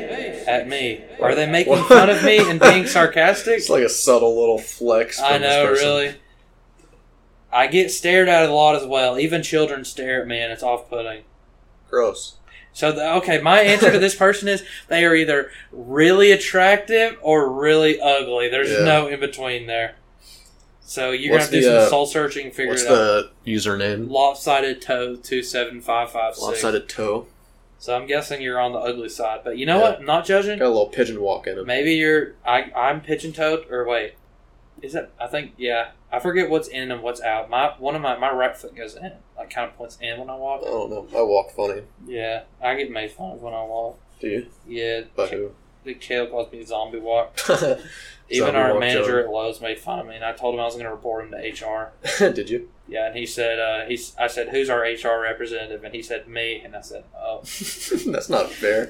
Speaker 2: At me. Are they making
Speaker 1: What?
Speaker 2: fun of me and being sarcastic?
Speaker 1: It's like a subtle little flex. From
Speaker 2: I know,
Speaker 1: this person.
Speaker 2: really. I get stared at a lot as well. Even children stare at me, and it's off-putting.
Speaker 1: Gross.
Speaker 2: So, the, okay, my answer to this person is they are either really attractive or really ugly. There's
Speaker 1: Yeah.
Speaker 2: no in between there. So you're
Speaker 1: What's
Speaker 2: gonna have to
Speaker 1: the,
Speaker 2: do some
Speaker 1: uh,
Speaker 2: soul searching, and figure
Speaker 1: What's
Speaker 2: it out.
Speaker 1: the username?
Speaker 2: Lopsided toe two seven five five six.
Speaker 1: Lopsided toe.
Speaker 2: So I'm guessing you're on the ugly side, but you know
Speaker 1: Yeah.
Speaker 2: what? I'm not judging.
Speaker 1: Got a little pigeon walk in him.
Speaker 2: Maybe you're. I, I'm pigeon toed, or wait, is that? I think yeah. I forget what's in and what's out. My one of my my right foot goes in, like kind of points in when I
Speaker 1: I
Speaker 2: walk.
Speaker 1: don't know. I walk funny.
Speaker 2: Yeah, I get made fun of when I walk.
Speaker 1: Do you?
Speaker 2: Yeah,
Speaker 1: But
Speaker 2: Ch-
Speaker 1: who?
Speaker 2: the Kale calls me zombie walk. Even
Speaker 1: Zombie
Speaker 2: our
Speaker 1: walk,
Speaker 2: manager at Lowe's made fun of me, and I told him I was going to report him to HR.
Speaker 1: Did you?
Speaker 2: Yeah, and he said, uh, he's. I said, who's our HR representative? And he said, me. And I said, oh.
Speaker 1: That's not fair.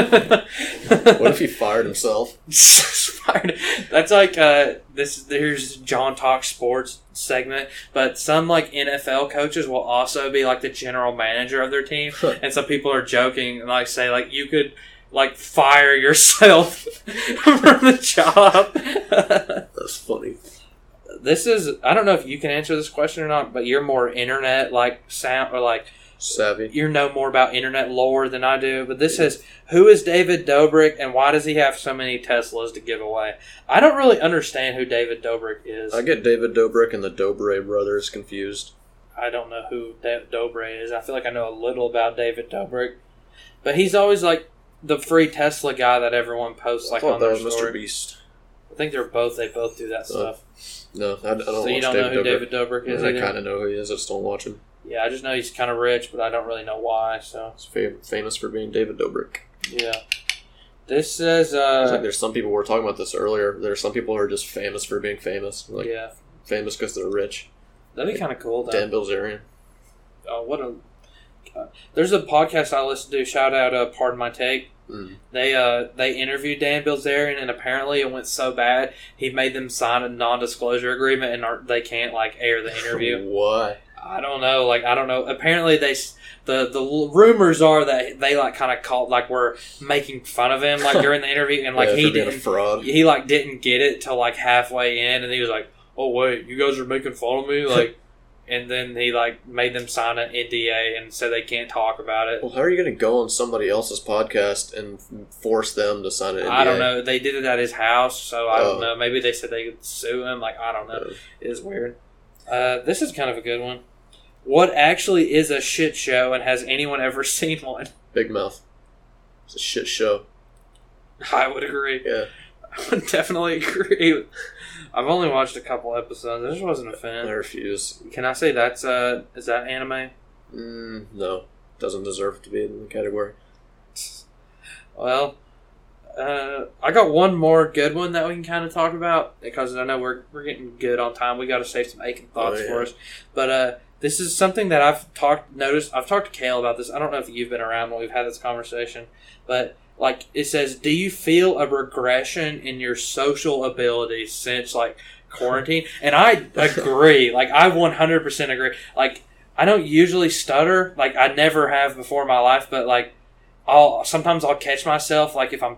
Speaker 1: What if he fired himself?
Speaker 2: Fired. That's like uh, this. There's John Talk Sports segment, but some like NFL coaches will also be like the general manager of their team,
Speaker 1: Huh.
Speaker 2: and some people are joking and like say like you could like fire yourself from the job.
Speaker 1: That's funny.
Speaker 2: this is I don't know if you can answer this question or not, but you're more internet like sound or like
Speaker 1: Savvy.
Speaker 2: you know more about internet lore than I do, but this says who is David Dobrik and why does he have so many Teslas to give away? I don't really understand who David Dobrik is.
Speaker 1: I
Speaker 2: I,
Speaker 1: get David Dobrik and the Dobre brothers confused.
Speaker 2: don't know who David Dobrik is. I feel like I know a little about David Dobrik, but he's always like the free Tesla guy that everyone posts
Speaker 1: I
Speaker 2: like
Speaker 1: thought
Speaker 2: on
Speaker 1: that
Speaker 2: their
Speaker 1: was Mr.
Speaker 2: story.
Speaker 1: Beast.
Speaker 2: I think they're both. They both do that stuff.
Speaker 1: No, I, I don't
Speaker 2: so
Speaker 1: watch
Speaker 2: you don't know
Speaker 1: David
Speaker 2: who
Speaker 1: Dobrik.
Speaker 2: David Dobrik is
Speaker 1: I mean, I
Speaker 2: either.
Speaker 1: kind of know who he is. I just don't watch him.
Speaker 2: yeah, I just know he's kind of rich, but I don't really know why. So
Speaker 1: He's fam- famous for being David Dobrik.
Speaker 2: yeah, this says
Speaker 1: It's like
Speaker 2: uh,
Speaker 1: there's some people we were talking about this earlier. There's some people who are just famous for being famous, like
Speaker 2: yeah.
Speaker 1: famous because they're rich.
Speaker 2: That'd be kind of cool. Though.
Speaker 1: Dan Bilzerian.
Speaker 2: Oh, what a. God. There's a podcast I listen to. Shout out, uh, pardon my take.
Speaker 1: Mm.
Speaker 2: They uh they interviewed Dan Bilzerian, and apparently it went so bad he made them sign a non-disclosure agreement, and are, they can't like air the interview.
Speaker 1: Why?
Speaker 2: I don't know, like I don't know. Apparently they s- the the l- rumors are that they like kind of called like were making fun of him like during the interview, and like
Speaker 1: Yeah,
Speaker 2: he
Speaker 1: for being a
Speaker 2: didn't
Speaker 1: fraud.
Speaker 2: he like didn't get it till like halfway in and he was like oh wait you guys are making fun of me like and then he like made them sign an nda and so they can't talk about it
Speaker 1: Well, how are you going to go on somebody else's podcast and force them to sign an NDA?
Speaker 2: i don't know they did it at his house so i don't
Speaker 1: Oh.
Speaker 2: know maybe they said they could sue him like i don't know
Speaker 1: Uh,
Speaker 2: it's weird uh, this is kind of a good one what actually is a shit show and has anyone ever seen one
Speaker 1: Big Mouth. It's a shit show.
Speaker 2: i would agree
Speaker 1: Yeah.
Speaker 2: i would definitely agree i've only watched a couple episodes i just wasn't a
Speaker 1: I
Speaker 2: fan
Speaker 1: refuse.
Speaker 2: can i say that's uh is that anime
Speaker 1: Mm, no. Doesn't deserve to be in the category.
Speaker 2: Well, uh, I got one more good one that we can kind of talk about because I know we're, we're getting good on time. We got to save some aching thoughts
Speaker 1: Oh, yeah.
Speaker 2: for us. But uh, this is something that I've talked noticed. I've talked to Kale about this. I don't know if you've been around when we've had this conversation, but like it says, do you feel a regression in your social abilities since like quarantine? And I agree. like I 100% agree. Like
Speaker 4: I don't usually stutter. Like I never have before in my life, but like I'll sometimes I'll catch myself. Like if I'm,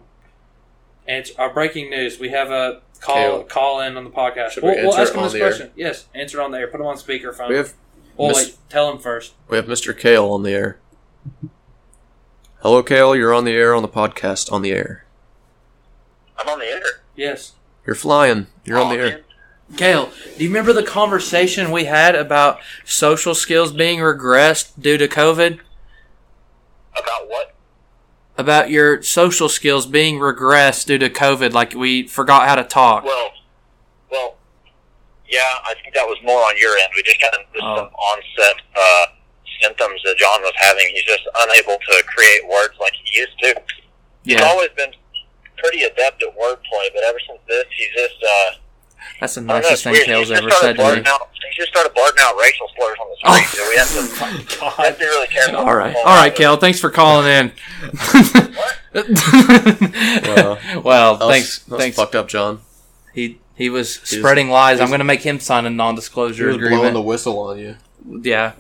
Speaker 4: and it's our breaking news. We have a call
Speaker 1: Okay.
Speaker 4: call in on the podcast.
Speaker 1: Should we
Speaker 4: we'll, we'll
Speaker 1: answer
Speaker 4: ask
Speaker 1: it
Speaker 4: him
Speaker 1: on
Speaker 4: this
Speaker 1: the air?
Speaker 4: question. Yes, answer it on the air. Put him on
Speaker 2: Um,
Speaker 4: speakerphone.
Speaker 1: We have
Speaker 4: well,
Speaker 1: Miss-
Speaker 4: wait, tell him first.
Speaker 1: we have Mr. Kale on the air. Hello, Kale. You're on the air on the podcast on the air.
Speaker 5: I'm on the air.
Speaker 4: Yes,
Speaker 1: You're flying. You're on the air.
Speaker 2: Gail, do you remember the conversation we had about social skills being regressed due to COVID?
Speaker 5: About what?
Speaker 2: About your social skills being regressed due to COVID, like we forgot how to talk.
Speaker 5: Well, well, yeah, I think that was more on your end. We just had
Speaker 2: Oh.
Speaker 5: some onset uh, symptoms that John was having. He's just unable to create words like he used to. He's
Speaker 2: Yeah,
Speaker 5: always been pretty adept at wordplay, but ever since this, he's just, uh,
Speaker 2: that's the
Speaker 5: I don't know,
Speaker 2: nicest
Speaker 5: it's
Speaker 2: thing
Speaker 5: weird.
Speaker 2: Kale's
Speaker 5: He's just
Speaker 2: ever said
Speaker 5: started
Speaker 2: to me.
Speaker 5: blurting out, he's just started blurting out racial slurs on the
Speaker 2: Oh.
Speaker 5: screen, so we have to, we have to be really careful.
Speaker 2: All right, all right, Kale. Thanks for calling in.
Speaker 1: Well,
Speaker 2: well,
Speaker 1: That was-
Speaker 2: thanks,
Speaker 1: that was
Speaker 2: thanks.
Speaker 1: Fucked up, John.
Speaker 2: He he was spreading lies. I'm going to make him sign a non-disclosure
Speaker 1: You're blowing
Speaker 2: agreement.
Speaker 1: the whistle on you.
Speaker 2: yeah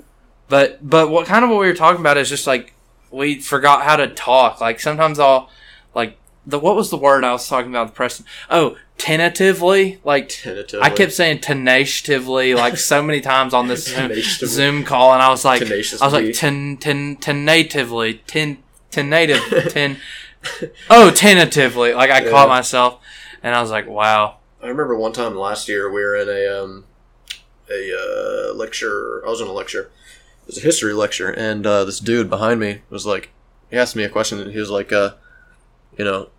Speaker 2: but but what kind of what we were talking about is just like we forgot how to talk like sometimes i'll like the what was the word i was talking about with preston oh tentatively like
Speaker 1: Tentatively.
Speaker 2: i kept saying tenaciously like so many times on this zoom,
Speaker 1: Tenaciously.
Speaker 2: zoom call and i was like i was
Speaker 1: Tenaciously.
Speaker 2: like ten ten tenatively ten tenative ten oh tentatively like i
Speaker 1: Yeah.
Speaker 2: caught myself and i was like wow
Speaker 1: I remember one time last year we were in a um, a uh, lecture. I was in a lecture. It was a history lecture, and uh, this dude behind me was like, he asked me a question, and he was like, uh, you know,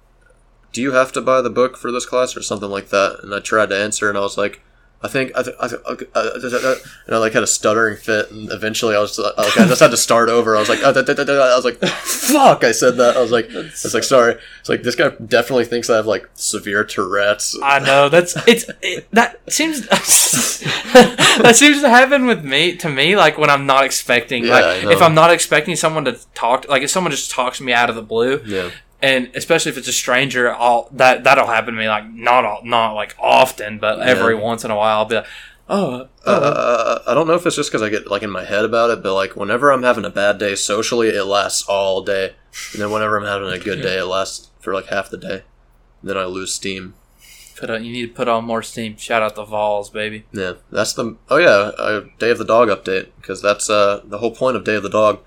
Speaker 1: do you have to buy the book for this class or something like that? And I tried to answer, and I was like. I think I, th- I, th- I, th- I, th- I- and I like had a stuttering fit, and eventually I was like, I just had to start over. I was like, "Oh, I was like, fuck! I said that. I was like, I was like, sorry. It's like this guy definitely thinks I have like severe Tourette's.
Speaker 2: I know that's it's it, that seems that seems to happen with me to me like when I'm not expecting
Speaker 1: Yeah, I
Speaker 2: like
Speaker 1: know.
Speaker 2: if I'm not expecting someone to talk like if someone just talks to me out of the blue
Speaker 1: Yeah.
Speaker 2: and especially if it's a stranger I'll that that'll happen to me like not all, not like often but every
Speaker 1: Yeah.
Speaker 2: once in a while I'll be like oh uh,
Speaker 1: Uh, I don't know if it's just because I get like in my head about it, but like whenever I'm having a bad day socially, it lasts all day, and then whenever I'm having a good day, it lasts for like half the day. Then I lose steam.
Speaker 2: put on, you need to put on more steam shout out the Vols baby
Speaker 1: Yeah, that's the oh yeah, uh, day of the dog update because that's uh the whole point of day of the dog.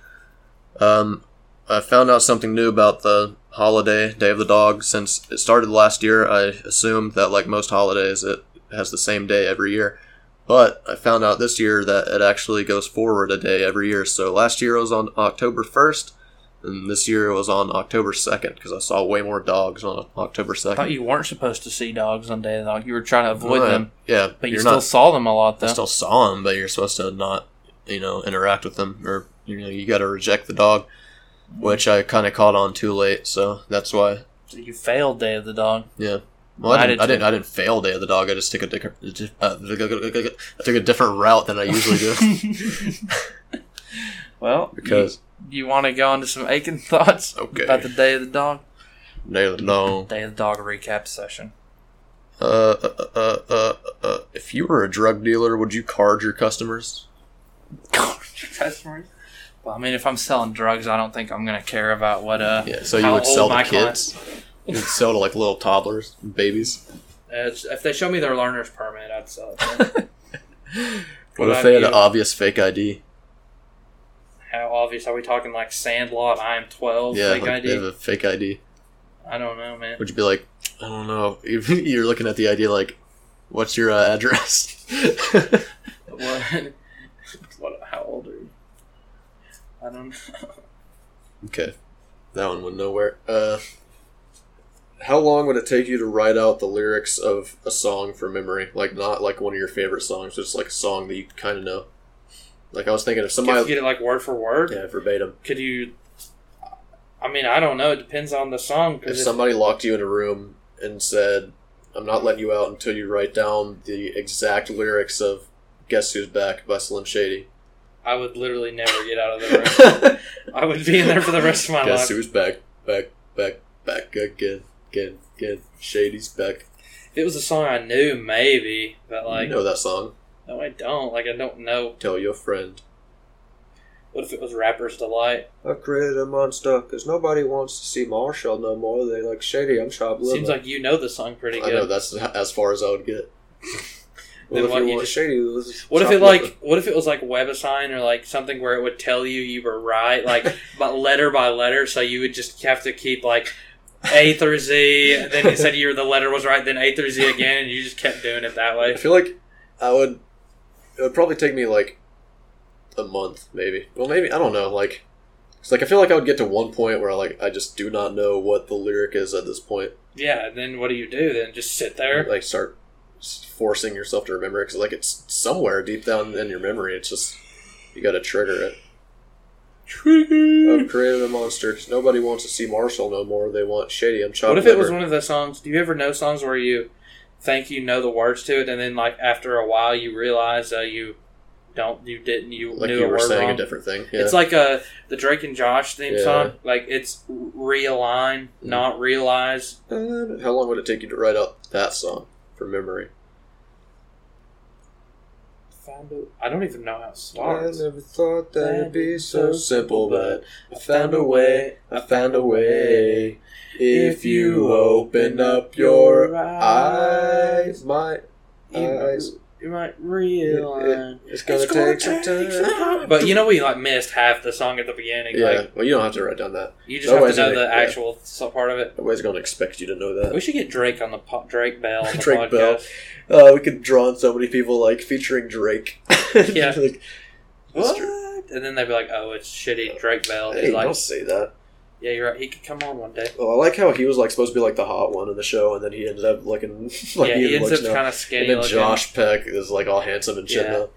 Speaker 1: Um, I found out something new about the holiday day of the dog since it started last year. I assumed that like most holidays, it has the same day every year, but I found out this year that it actually goes forward a day every year. So last year it was on October first. And this year it was on October 2nd because I saw way more dogs on October 2nd.
Speaker 2: I thought you weren't supposed to see dogs on day of the dog you were trying to avoid
Speaker 1: Well,
Speaker 2: them
Speaker 1: Yeah,
Speaker 2: but you
Speaker 1: you're
Speaker 2: still
Speaker 1: not-
Speaker 2: saw them a
Speaker 1: I
Speaker 2: lot though
Speaker 1: still saw him, but you're supposed to not, you know, interact with them, or you know, you got to reject the dog, which I kind of caught on too late. So that's why.
Speaker 2: you failed day of the dog
Speaker 1: Yeah. Well, I
Speaker 2: I
Speaker 1: didn't.
Speaker 2: did
Speaker 1: I didn't. I didn't fail day of the dog. I just took a different. Uh, I took a different route than I usually do
Speaker 2: well
Speaker 1: because
Speaker 2: You want to go on to some aching thoughts
Speaker 1: Okay.
Speaker 2: about the day of the dog?
Speaker 1: no, no.
Speaker 2: Day of the dog recap session.
Speaker 1: Uh, uh, uh, uh, uh, if you were a drug dealer, would you card your customers?
Speaker 2: Customers. Well, I mean, if I'm selling drugs, I don't think I'm gonna care about what uh.
Speaker 1: Yeah. So you
Speaker 2: How
Speaker 1: would sell
Speaker 2: old
Speaker 1: to
Speaker 2: my
Speaker 1: kids. You would sell to like little toddlers, and babies.
Speaker 4: Uh, it's- if they show me their learner's permit, I'd sell it.
Speaker 1: What
Speaker 4: Would
Speaker 1: if
Speaker 4: I
Speaker 1: they had
Speaker 4: be-
Speaker 1: an obvious fake ID?
Speaker 4: How obvious are we talking? Like Sandlot, I am
Speaker 2: Oh,
Speaker 4: twelve.
Speaker 1: Yeah,
Speaker 4: fake
Speaker 1: like
Speaker 4: ID?
Speaker 1: they have a fake ID.
Speaker 4: I don't know, man.
Speaker 1: Would you be like, I don't know? You're looking at the idea like, what's your uh, address?
Speaker 4: What? what? How old are you? I don't know.
Speaker 1: okay, that one went nowhere. Uh, how long would it take you to write out the lyrics of a song from memory? Like not like one of your favorite songs, just like a song that you kind of know. Like I was thinking if
Speaker 4: If you
Speaker 1: somebody,
Speaker 4: get it like word for word,
Speaker 1: yeah, verbatim.
Speaker 4: could you? I mean, I don't know. It depends on the song.
Speaker 1: If
Speaker 4: Because
Speaker 1: somebody locked you in a room and said, "I'm not letting you out until you write down the exact lyrics of Guess Who's Back" by Slim Shady.
Speaker 4: I would literally never get out of the room. I would be in there for the rest of my
Speaker 1: Guess
Speaker 4: life.
Speaker 1: who's back, back, back, back again, again, again. Shady's back.
Speaker 4: If it was a song I knew, maybe, but
Speaker 1: Like,
Speaker 4: like,
Speaker 1: you know that song.
Speaker 4: no, I don't. Like, I don't know.
Speaker 1: Tell your friend.
Speaker 2: What if it was Rapper's Delight?
Speaker 1: I created a monster because nobody wants to see Marshall no more. They like shady. I'm shoplifting.
Speaker 2: Seems like you know the song pretty
Speaker 1: I know
Speaker 2: good.
Speaker 1: that's as far as I would get. what
Speaker 2: Then
Speaker 1: if
Speaker 2: what,
Speaker 1: you
Speaker 2: you
Speaker 1: want
Speaker 2: just-
Speaker 1: shady? let's
Speaker 2: What if
Speaker 1: chop
Speaker 2: it like?
Speaker 1: liver.
Speaker 2: What if it was like Webassign or like something where it would tell you you were right, like but letter by letter, so you would just have to keep like A through Z. and Then it said you were the letter was right, then A through Z again, and you just kept doing it that
Speaker 1: I
Speaker 2: way.
Speaker 1: feel like I would. It would probably take me like a month, maybe. Well, maybe I don't know. Like, it's like I feel like I would get to one point where I like I just do not know what the lyric is at this point.
Speaker 2: Yeah. And then what do you do? Then just sit there.
Speaker 1: Like, start s- forcing yourself to remember it because like it's somewhere deep down in your memory. It's just you got to trigger it. Oh, I've created a monster. 'cause Nobody wants to see Marshall no more. They want Shady. I'm chopped
Speaker 2: What if it was
Speaker 1: liver.
Speaker 2: one of the songs? Do you ever know songs where you think you know the words to it, and then like after a while you realize uh, you don't, you didn't, you
Speaker 1: like
Speaker 2: knew
Speaker 1: you
Speaker 2: a
Speaker 1: were
Speaker 2: word
Speaker 1: saying
Speaker 2: wrong?
Speaker 1: a different thing. Yeah.
Speaker 2: It's like uh the Drake and Josh theme
Speaker 1: Yeah. Mm.
Speaker 2: song. Like it's realign, not realize.
Speaker 1: Uh, How long would it take you to write out that song from memory?
Speaker 2: Found a, I don't even know how it starts.
Speaker 1: never thought
Speaker 2: that it'd be so simple, but
Speaker 1: I
Speaker 2: found a way,
Speaker 1: I found a way. If you open up your eyes, my eyes,
Speaker 2: you, you might
Speaker 1: it-
Speaker 2: realign.
Speaker 1: it- it's gonna take some time.
Speaker 2: but you know we like missed half the song at the beginning.
Speaker 1: Yeah,
Speaker 2: Like
Speaker 1: well, you don't have to write down that.
Speaker 2: you just have to
Speaker 1: Otherwise
Speaker 2: know
Speaker 1: it-
Speaker 2: the
Speaker 1: yeah.
Speaker 2: actual so- part of it.
Speaker 1: Nobody's gonna expect you to know
Speaker 2: We
Speaker 1: that.
Speaker 2: should get Drake on the po- Drake Bell on the
Speaker 1: Drake
Speaker 2: podcast.
Speaker 1: Bell. Uh, we could draw on so many people like featuring Drake.
Speaker 2: Yeah.
Speaker 1: Like,
Speaker 2: What? And then they'd be like, "Oh, it's shitty Drake Bell."
Speaker 1: hey,
Speaker 2: He's like,
Speaker 1: don't say that.
Speaker 2: "Yeah, you're right. He could come on one day."
Speaker 1: Well, I like how he was like supposed to be like the hot one in the show, and then he ended up looking like
Speaker 2: yeah,
Speaker 1: he,
Speaker 2: he ends
Speaker 1: looks
Speaker 2: up
Speaker 1: now.
Speaker 2: kind of
Speaker 1: and
Speaker 2: skinny
Speaker 1: then
Speaker 2: looking.
Speaker 1: Josh Peck is like all handsome and shit
Speaker 2: Yeah.
Speaker 1: now.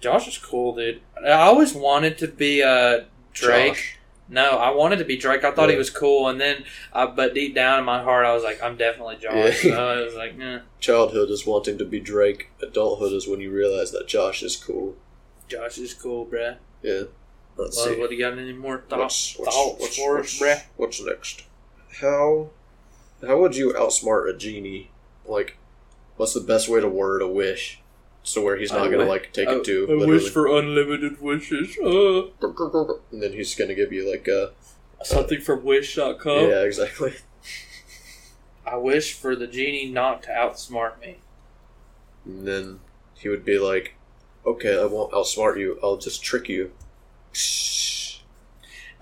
Speaker 2: Josh is cool, dude. I always wanted to be uh, Drake.
Speaker 1: Josh.
Speaker 2: No, I wanted to be Drake. I thought he
Speaker 1: Yeah.
Speaker 2: was cool, and then, uh, but deep down in my heart, I was like, I'm definitely Josh.
Speaker 1: Yeah.
Speaker 2: So I was like, nah,
Speaker 1: Childhood is wanting to be Drake. Adulthood is when you realize that Josh is cool.
Speaker 2: Josh is cool, bruh.
Speaker 1: Yeah. Let's
Speaker 2: Well,
Speaker 1: see.
Speaker 2: what do you got any more thoughts?
Speaker 1: What's,
Speaker 2: thoughts for us, bruh?
Speaker 1: what's next? How how would you outsmart a genie? Like, what's the best way to word a wish? So where he's not
Speaker 2: A
Speaker 1: gonna
Speaker 2: wi-
Speaker 1: like take
Speaker 2: a-
Speaker 1: it to
Speaker 2: Oh, I wish
Speaker 1: literally,
Speaker 2: for unlimited wishes. Uh,
Speaker 1: and then he's gonna give you like a
Speaker 2: something from Wish.com.
Speaker 1: yeah exactly.
Speaker 2: I wish for the genie not to outsmart me.
Speaker 1: And then he would be like, "Okay, I won't outsmart you. I'll just trick you."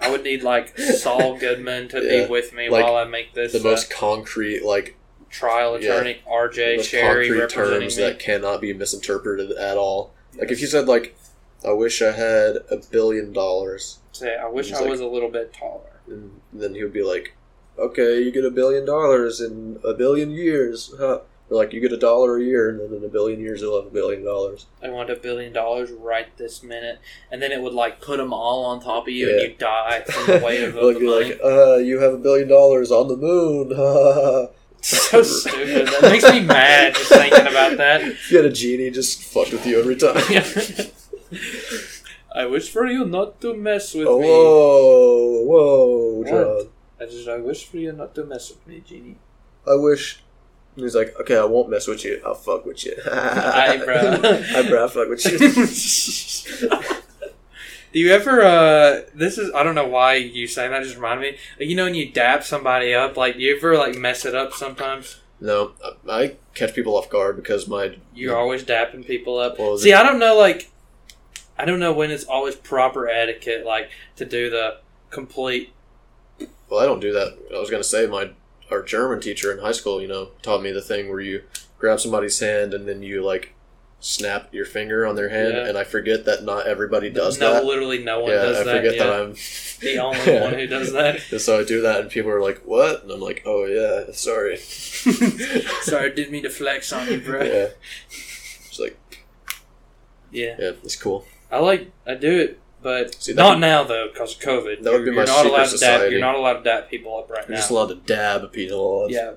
Speaker 2: I would need like Saul Goodman to
Speaker 1: Yeah.
Speaker 2: be with me
Speaker 1: Like,
Speaker 2: while I make this
Speaker 1: The
Speaker 2: uh,
Speaker 1: most concrete, like
Speaker 2: trial
Speaker 1: yeah.
Speaker 2: attorney R.J.
Speaker 1: most
Speaker 2: Cherry
Speaker 1: concrete
Speaker 2: representing
Speaker 1: terms
Speaker 2: me.
Speaker 1: that cannot be misinterpreted at all. Like if you said like, "I wish I had a billion dollars,"
Speaker 2: Say, I wish
Speaker 1: He's
Speaker 2: I
Speaker 1: like-
Speaker 2: was a little bit taller.
Speaker 1: and then he would be like, "Okay, you get a billion dollars in a billion years." Huh? Or like, "You get a dollar a year, and then in a billion years you'll have a billion dollars."
Speaker 2: I want a billion dollars right this minute, and then it would like put them all on top of you, and
Speaker 1: Yeah.
Speaker 2: you die from the weight of
Speaker 1: Well, you'd
Speaker 2: the
Speaker 1: be
Speaker 2: money.
Speaker 1: like, "Uh, you have a billion dollars on the moon." Ha, ha, ha.
Speaker 2: so stupid. That makes me mad just thinking about that.
Speaker 1: If you had a genie, just fucked with you every time.
Speaker 2: I wish for you not to mess with
Speaker 1: Oh,
Speaker 2: me.
Speaker 1: whoa, whoa,
Speaker 2: What?
Speaker 1: John.
Speaker 2: I just I wish for you not to mess with me, genie.
Speaker 1: I wish. and He's like, okay, I won't mess with you. I'll fuck with you.
Speaker 2: Aye, bro.
Speaker 1: Aye, bro, I'll fuck with you.
Speaker 2: Do you ever? uh This is I don't know why you saying that. Just reminded me. Like, You know when you dab somebody up, like do you ever like mess it up sometimes?
Speaker 1: no, I- I catch people off guard because my.
Speaker 2: You're always dapping people up.
Speaker 1: Well,
Speaker 2: See, I don't know, like, I don't know when it's always proper etiquette, like, to do the complete.
Speaker 1: well, I don't do that. I was gonna say my our German teacher in high school, you know, taught me the thing where you grab somebody's hand and then you like snap your finger on their hand,
Speaker 2: Yeah.
Speaker 1: and I forget that not everybody does
Speaker 2: no,
Speaker 1: that.
Speaker 2: literally no one
Speaker 1: yeah,
Speaker 2: does
Speaker 1: I
Speaker 2: that.
Speaker 1: forget
Speaker 2: yeah.
Speaker 1: that I'm
Speaker 2: the only one who does that.
Speaker 1: And so I do that, and people are like, "What?" And I'm like, "Oh yeah, sorry."
Speaker 2: Sorry, didn't mean to flex on you, bro. Yeah.
Speaker 1: Yeah. It's like, yeah, it's cool.
Speaker 2: I like, I do it, but
Speaker 1: See, that
Speaker 2: not
Speaker 1: would-
Speaker 2: now, though, because of COVID.
Speaker 1: That would be
Speaker 2: you're,
Speaker 1: my
Speaker 2: you're not
Speaker 1: secret
Speaker 2: allowed to dap,
Speaker 1: society.
Speaker 2: You're not allowed to dap people up right
Speaker 1: You're
Speaker 2: now.
Speaker 1: just allowed to dab people. It's-
Speaker 2: yeah,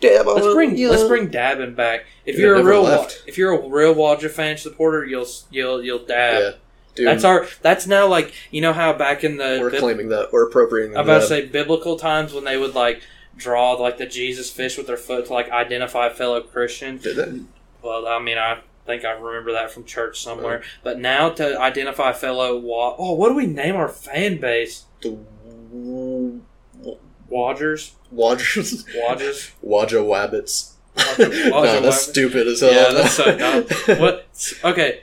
Speaker 1: Dab.
Speaker 2: let's bring let's bring dabbing back. If
Speaker 1: Dude, I
Speaker 2: you're a
Speaker 1: never
Speaker 2: real Wa-
Speaker 1: left.
Speaker 2: if you're a real Wadja fan supporter, you'll you'll you'll dab.
Speaker 1: Yeah, dude.
Speaker 2: That's our. That's now like you know how back in the
Speaker 1: we're
Speaker 2: bib-
Speaker 1: claiming that. We're appropriating.
Speaker 2: I'm about to
Speaker 1: that.
Speaker 2: say biblical times when they would like draw like the Jesus fish with their foot to like identify fellow Christian.
Speaker 1: Did it?
Speaker 2: Well, I mean, I think I remember that from church somewhere. But now to identify fellow wa- oh, what do we name our fan base?
Speaker 1: The
Speaker 2: Wadgers,
Speaker 1: Wadgers.
Speaker 2: Wadgers,
Speaker 1: Wadja Wabbits.
Speaker 2: Wadja-
Speaker 1: no,
Speaker 2: Wadja
Speaker 1: that's
Speaker 2: Wabbits.
Speaker 1: stupid as hell.
Speaker 2: Yeah, that's so dumb. what? Okay,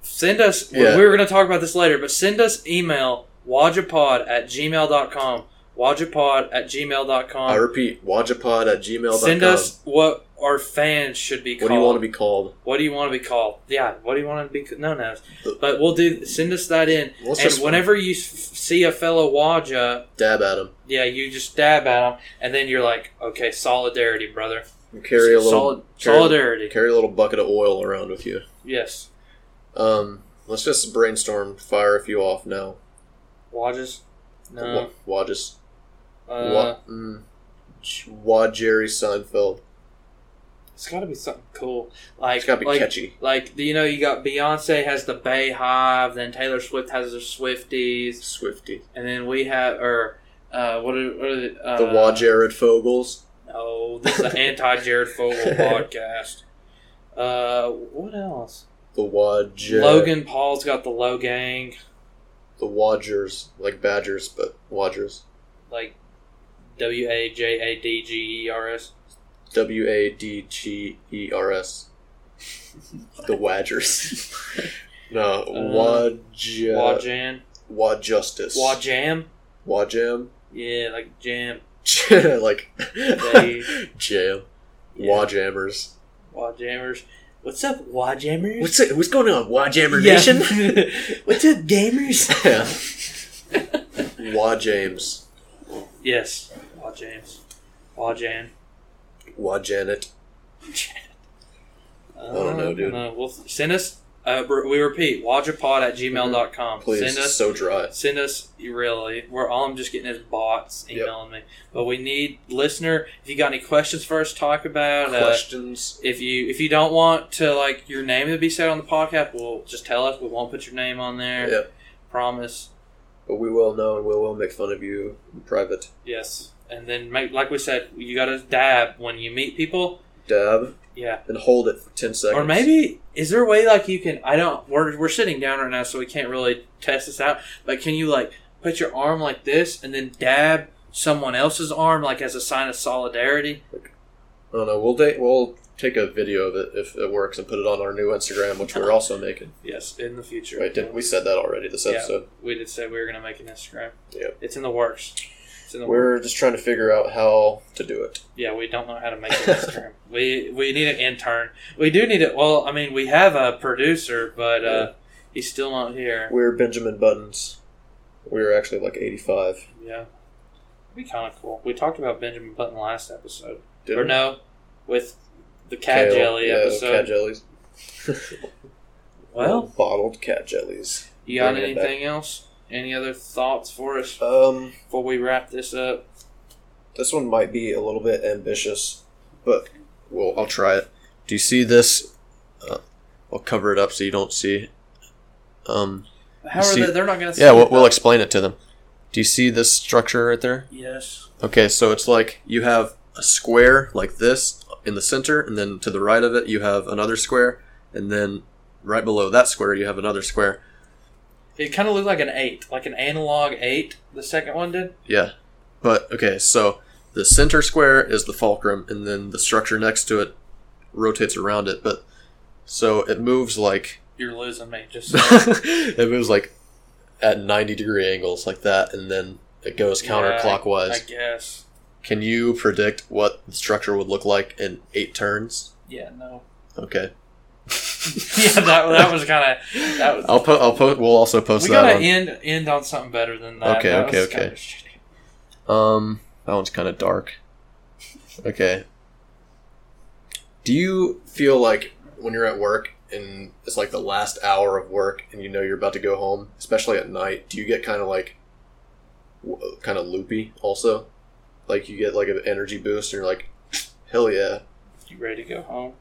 Speaker 2: send us.
Speaker 1: Yeah.
Speaker 2: We were going to talk about this later, but send us email wajapod at gmail.com. Wajapod at
Speaker 1: I
Speaker 2: gmail.com.
Speaker 1: repeat, wadjapod at gmail.com.
Speaker 2: Send us what our fans should be
Speaker 1: What
Speaker 2: called.
Speaker 1: do you want to be called?
Speaker 2: What do you want to be called? Yeah, what do you want to be known as?
Speaker 1: The-
Speaker 2: But we'll do. Send us that in,
Speaker 1: Well, it's
Speaker 2: and
Speaker 1: just-
Speaker 2: whenever you s- see a fellow Waja,
Speaker 1: Dab at him.
Speaker 2: yeah, you just dab at him, and then you're like, okay, solidarity, brother,
Speaker 1: Carry a little
Speaker 6: Solid-
Speaker 1: carry,
Speaker 2: solidarity.
Speaker 1: carry a little bucket of oil around with you.
Speaker 2: Yes,
Speaker 1: Um, let's just brainstorm, fire a few off now.
Speaker 2: Wajas. No.
Speaker 1: Wa- Wadges.
Speaker 2: uh,
Speaker 1: Wa- mm. J- Wad Jerry Seinfeld.
Speaker 2: It's got to be something cool. Like,
Speaker 1: It's got to be
Speaker 2: like,
Speaker 1: catchy.
Speaker 2: like you know, you got Beyonce has the Bay Hive, then Taylor Swift has the Swifties,
Speaker 1: Swifty.
Speaker 2: and then we have or uh, what are, what are the, uh,
Speaker 1: The Wa Jared Fogles.
Speaker 2: No, this is the anti Jared Fogle podcast. Uh, what else?
Speaker 1: The Wad Jer-
Speaker 2: Logan Paul's got the Low Gang,
Speaker 1: The Wadgers. Like Badgers, but Wadgers.
Speaker 2: like W A J A D G E R S.
Speaker 1: W A D G E R S. The Wadgers. no,
Speaker 2: Uh,
Speaker 1: Wad Jer-
Speaker 2: Wajan,
Speaker 1: Wad Justice.
Speaker 2: Wajam,
Speaker 1: Wad Jam.
Speaker 2: yeah, like jam,
Speaker 1: like
Speaker 2: They-
Speaker 1: jam.
Speaker 2: yeah.
Speaker 1: Wad Jammers.
Speaker 2: Wajammers. What's up, Wajammers?
Speaker 1: What's it, what's going on, Wad Jammer
Speaker 2: Yeah.
Speaker 1: Nation?
Speaker 2: What's up, gamers?
Speaker 1: Yeah. Wah James.
Speaker 2: Yes. Wah James. Wah Jan.
Speaker 1: Wah Janet.
Speaker 2: I
Speaker 1: don't know, dude.
Speaker 2: Uh, Well, send us. Uh, re- we repeat, wajapod at gmail.com.
Speaker 1: Please,
Speaker 2: Send
Speaker 1: it's
Speaker 2: us.
Speaker 1: so dry.
Speaker 2: Send us, really. We're all I'm just getting is bots
Speaker 1: Yep.
Speaker 2: emailing me. But we need listener. If you got any questions for us, to talk about. Uh,
Speaker 1: Questions.
Speaker 2: if you if you don't want to like your name to be said on the podcast, well, just tell us. We won't put your name on there.
Speaker 1: Yep.
Speaker 2: Promise.
Speaker 1: But we will know and we will make fun of you in private.
Speaker 2: Yes. And then make like we said, you got to dab when you meet people.
Speaker 1: Dab
Speaker 2: Yeah.
Speaker 1: and hold it for 10 seconds.
Speaker 2: Or maybe is there a way like you can? I don't. We're we're sitting down right now, so we can't really test this out. But can you like put your arm like this and then dab someone else's arm like as a sign of solidarity?
Speaker 1: I don't know. We'll, da- we'll take a video of it if it works and put it on our new Instagram, which we're also making.
Speaker 2: Yes, in the future.
Speaker 1: Wait, didn't we said that already this
Speaker 2: Yeah.
Speaker 1: episode?
Speaker 2: We did say we were gonna make an Instagram.
Speaker 1: Yep.
Speaker 2: It's in the works. It's in the works.
Speaker 1: We're just trying to figure out how to do it.
Speaker 2: Yeah, we don't know how to make an Instagram. we we need an intern. We do need it. Well, I mean, we have a producer, but uh, he's still not here.
Speaker 1: We're Benjamin Buttons. We're actually like 85.
Speaker 2: Yeah, be kind of cool. We talked about Benjamin Button last episode.
Speaker 1: Did
Speaker 2: or
Speaker 1: we?
Speaker 2: no, with the cat
Speaker 1: Kale.
Speaker 2: jelly
Speaker 1: Yeah,
Speaker 2: episode.
Speaker 1: Cat jellies.
Speaker 2: Well,
Speaker 1: bottled cat jellies.
Speaker 2: you got
Speaker 1: bring it back.
Speaker 2: anything else? Any other thoughts for us
Speaker 1: Um,
Speaker 2: before we wrap this up?
Speaker 1: this one might be a little bit ambitious, but well, I'll try it. Do you see this? Uh, I'll cover it up so you don't see. Um,
Speaker 2: How are
Speaker 1: You see-
Speaker 2: they? They're not gonna.
Speaker 1: yeah,
Speaker 2: see
Speaker 1: we'll,
Speaker 2: it,
Speaker 1: we'll
Speaker 2: though.
Speaker 1: explain it to them. Do you see this structure right there?
Speaker 2: yes.
Speaker 1: Okay, so it's like you have a square like this in the center, and then to the right of it, you have another square, and then right below that square, you have another square.
Speaker 2: It kind of looked like an eight, like an analog eight. The second one did.
Speaker 1: Yeah. But, okay, so the center square is the fulcrum, and then the structure next to it rotates around it, but so it moves like
Speaker 2: You're losing me. Just
Speaker 1: it moves like at 90 degree angles like that and then it goes
Speaker 2: Yeah,
Speaker 1: counterclockwise
Speaker 2: I guess.
Speaker 1: can you predict what the structure would look like in eight turns
Speaker 2: Yeah. No.
Speaker 1: okay
Speaker 2: yeah. That, that was kind of. That was.
Speaker 1: I'll put. I'll put. We'll also post
Speaker 2: we
Speaker 1: that.
Speaker 2: gotta
Speaker 1: on.
Speaker 2: end end on something better than that.
Speaker 1: Okay,
Speaker 2: That
Speaker 1: okay,
Speaker 2: was kinda
Speaker 1: okay.
Speaker 2: shitty.
Speaker 1: Um, that one's kind of dark. Okay. Do you feel like when you're at work and it's like the last hour of work and you know you're about to go home, especially at night, do you get kind of like w- kind of loopy also? Like you get like an energy boost and you're like, hell yeah,
Speaker 2: You ready to go home?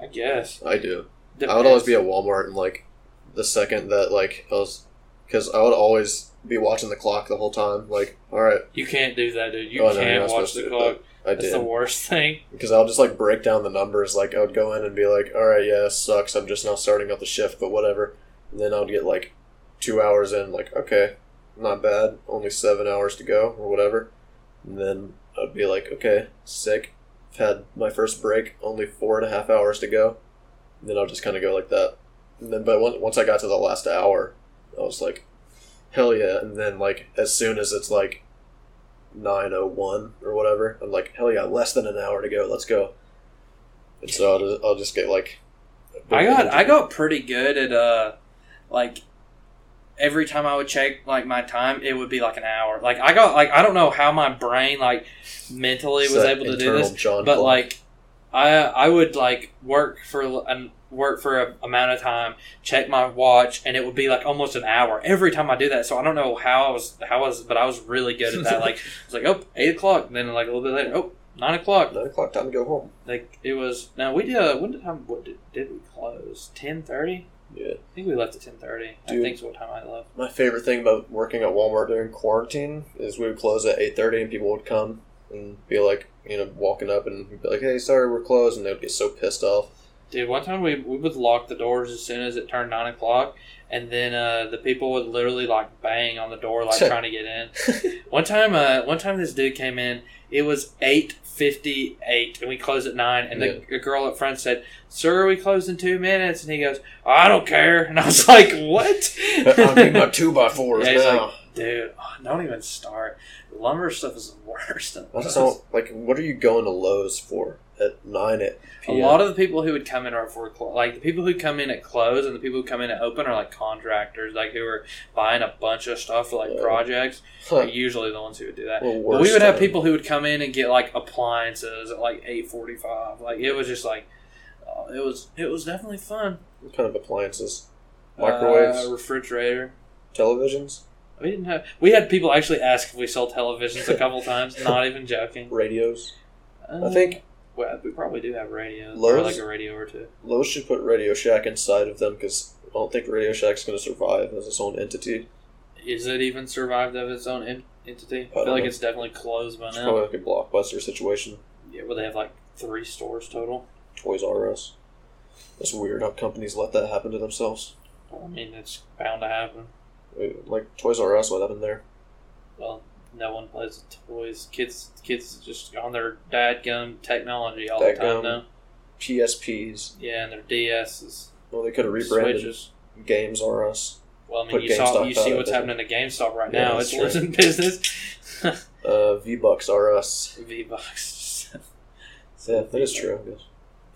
Speaker 2: I guess.
Speaker 1: I do. I would always be at Walmart and like the second that like I was because I would always be watching the clock the whole time. Like, all right,
Speaker 2: You can't do that, dude. You
Speaker 1: Oh, no, you're
Speaker 2: can't
Speaker 1: not
Speaker 2: watch
Speaker 1: supposed
Speaker 2: the
Speaker 1: to,
Speaker 2: clock.
Speaker 1: I
Speaker 2: That's the
Speaker 1: did
Speaker 2: worst thing.
Speaker 1: because I'll just like break down the numbers. Like I would go in and be like, "All right, yeah, this sucks. I'm just now starting out the shift, but whatever." And then I'd get like two hours in, like, "Okay, not bad. Only seven hours to go, or whatever." And then I'd be like, "Okay, sick. I've had my first break. Only four and a half hours to go." And then I'll just kind of go like that. And then, but once once I got to the last hour, I was like, "Hell yeah!" And then like as soon as it's like 901 or whatever. I'm like, hell yeah, less than an hour to go. Let's go. And so I'll just, I'll just get like. a bit
Speaker 2: I got
Speaker 1: of-
Speaker 2: I got pretty good at uh like every time I would check like my time it would be like an hour. Like I got like I don't know how my brain like mentally
Speaker 1: it's
Speaker 2: was
Speaker 1: that
Speaker 2: able to do
Speaker 1: internal
Speaker 2: this,
Speaker 1: John
Speaker 2: but
Speaker 1: Paul.
Speaker 2: like I I would like work for and work for a amount of time, check my watch, and it would be like almost an hour every time I do that. So I don't know how I was how I was, but I was really good at that. like I was like oh eight o'clock, and then like a little bit later oh nine o'clock,
Speaker 1: nine o'clock time to go home.
Speaker 2: like it was. Now we did. Uh, when did time? What did, did we close? Ten thirty.
Speaker 1: Yeah.
Speaker 2: I think we left at ten thirty. I
Speaker 1: Dude.
Speaker 2: think's what time I left.
Speaker 1: My favorite thing about working at Walmart during quarantine is we would close at eight thirty, and people would come and be like, you know, walking up and be like, hey, sorry, we're closed, and they would get so pissed off.
Speaker 2: Dude, one time we, we would lock the doors as soon as it turned nine o'clock, and then uh, the people would literally like bang on the door, like trying to get in. One time, uh, one time this dude came in. It was eight fifty eight, and we closed at nine. And the, the girl up front said, "Sir, we close in two minutes." And he goes, "I don't care." And I was like, "What?"
Speaker 1: I need my two by fours
Speaker 2: Yeah, he's
Speaker 1: now.
Speaker 2: Dude, oh, don't even start. Lumber stuff is the worst.
Speaker 1: I just don't like. What are you going to Lowe's for at nine at
Speaker 2: A
Speaker 1: p.m.?
Speaker 2: lot of the people who would come in are for clo- like the people who come in at close and the people who come in at open are like contractors, like who are buying a bunch of stuff for like
Speaker 1: Yeah.
Speaker 2: projects. Are
Speaker 1: Huh.
Speaker 2: usually the ones who would do that.
Speaker 1: Well,
Speaker 2: But we
Speaker 1: worst
Speaker 2: would have
Speaker 1: time.
Speaker 2: people who would come in and get like appliances at like eight forty five. Like it was just like oh, it was it was definitely fun.
Speaker 1: What kind of appliances? Microwaves,
Speaker 2: uh, refrigerator.
Speaker 1: televisions,
Speaker 2: We didn't have. We had people actually ask if we sell televisions a couple times. Not even joking.
Speaker 1: radios.
Speaker 2: Uh,
Speaker 1: I think
Speaker 2: Well, we probably do have radios. Or
Speaker 1: Lowe's?
Speaker 2: like a radio or two.
Speaker 1: Lowe's should put Radio Shack inside of them because I don't think Radio Shack's going to survive as its own entity.
Speaker 2: Is it even survived of its own en- entity? I
Speaker 1: I
Speaker 2: feel
Speaker 1: don't
Speaker 2: like
Speaker 1: know.
Speaker 2: it's definitely closed by
Speaker 1: It's
Speaker 2: now.
Speaker 1: probably like a blockbuster situation.
Speaker 2: Yeah, where they have like three stores total.
Speaker 1: Toys R Us. That's weird how companies let that happen to themselves.
Speaker 2: I mean, it's bound to happen.
Speaker 1: Uh, Like Toys R Us, what happened there?
Speaker 2: Well, no one plays with toys. Kids, kids just on their dadgum technology all the time
Speaker 1: Dadgum.
Speaker 2: now.
Speaker 1: PSPs.
Speaker 2: Yeah, and their DSs,
Speaker 1: Well, they could have rebranded
Speaker 2: Switches.
Speaker 1: Games R Us.
Speaker 2: Well, I mean,
Speaker 1: Put
Speaker 2: you saw
Speaker 1: GameStop
Speaker 2: you
Speaker 1: out
Speaker 2: see
Speaker 1: of business.
Speaker 2: what's happening to GameStop right
Speaker 1: Yeah,
Speaker 2: now. It's
Speaker 1: that's
Speaker 2: losing business.
Speaker 1: Uh, V Bucks R Us.
Speaker 2: V bucks.
Speaker 1: Yeah, that is true. I guess.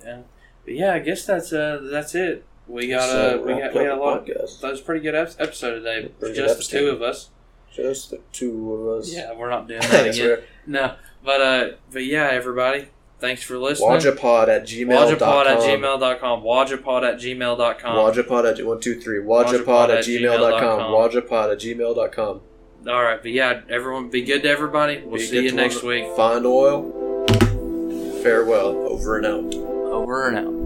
Speaker 2: Yeah, but yeah, I guess that's uh that's it. We got uh,
Speaker 1: So,
Speaker 2: we
Speaker 1: wrap
Speaker 2: got we
Speaker 1: up
Speaker 2: got a
Speaker 1: the
Speaker 2: lot.
Speaker 1: podcast.
Speaker 2: That was a pretty good ep- episode today.
Speaker 1: Pretty good
Speaker 2: Just the
Speaker 1: episode.
Speaker 2: two of us.
Speaker 1: Just the two of us.
Speaker 2: Yeah, we're not doing that
Speaker 1: That's
Speaker 2: again.
Speaker 1: right.
Speaker 2: no, but uh, but yeah, everybody, thanks for listening.
Speaker 1: Wajapod at gmail.com.
Speaker 2: Wajapod at gmail.com. Wajapod at gmail.com.
Speaker 1: Wajapod at one two three. Wajapod at gmail.com.
Speaker 2: wajapod@gmail.com.
Speaker 1: Wajapod at gmail.com.
Speaker 2: All right, but yeah, everyone, be good to everybody. We'll
Speaker 1: Be
Speaker 2: see
Speaker 1: good
Speaker 2: you
Speaker 1: to
Speaker 2: next
Speaker 1: one-
Speaker 2: week.
Speaker 1: Find oil. Farewell. Over and out.
Speaker 6: Over and out.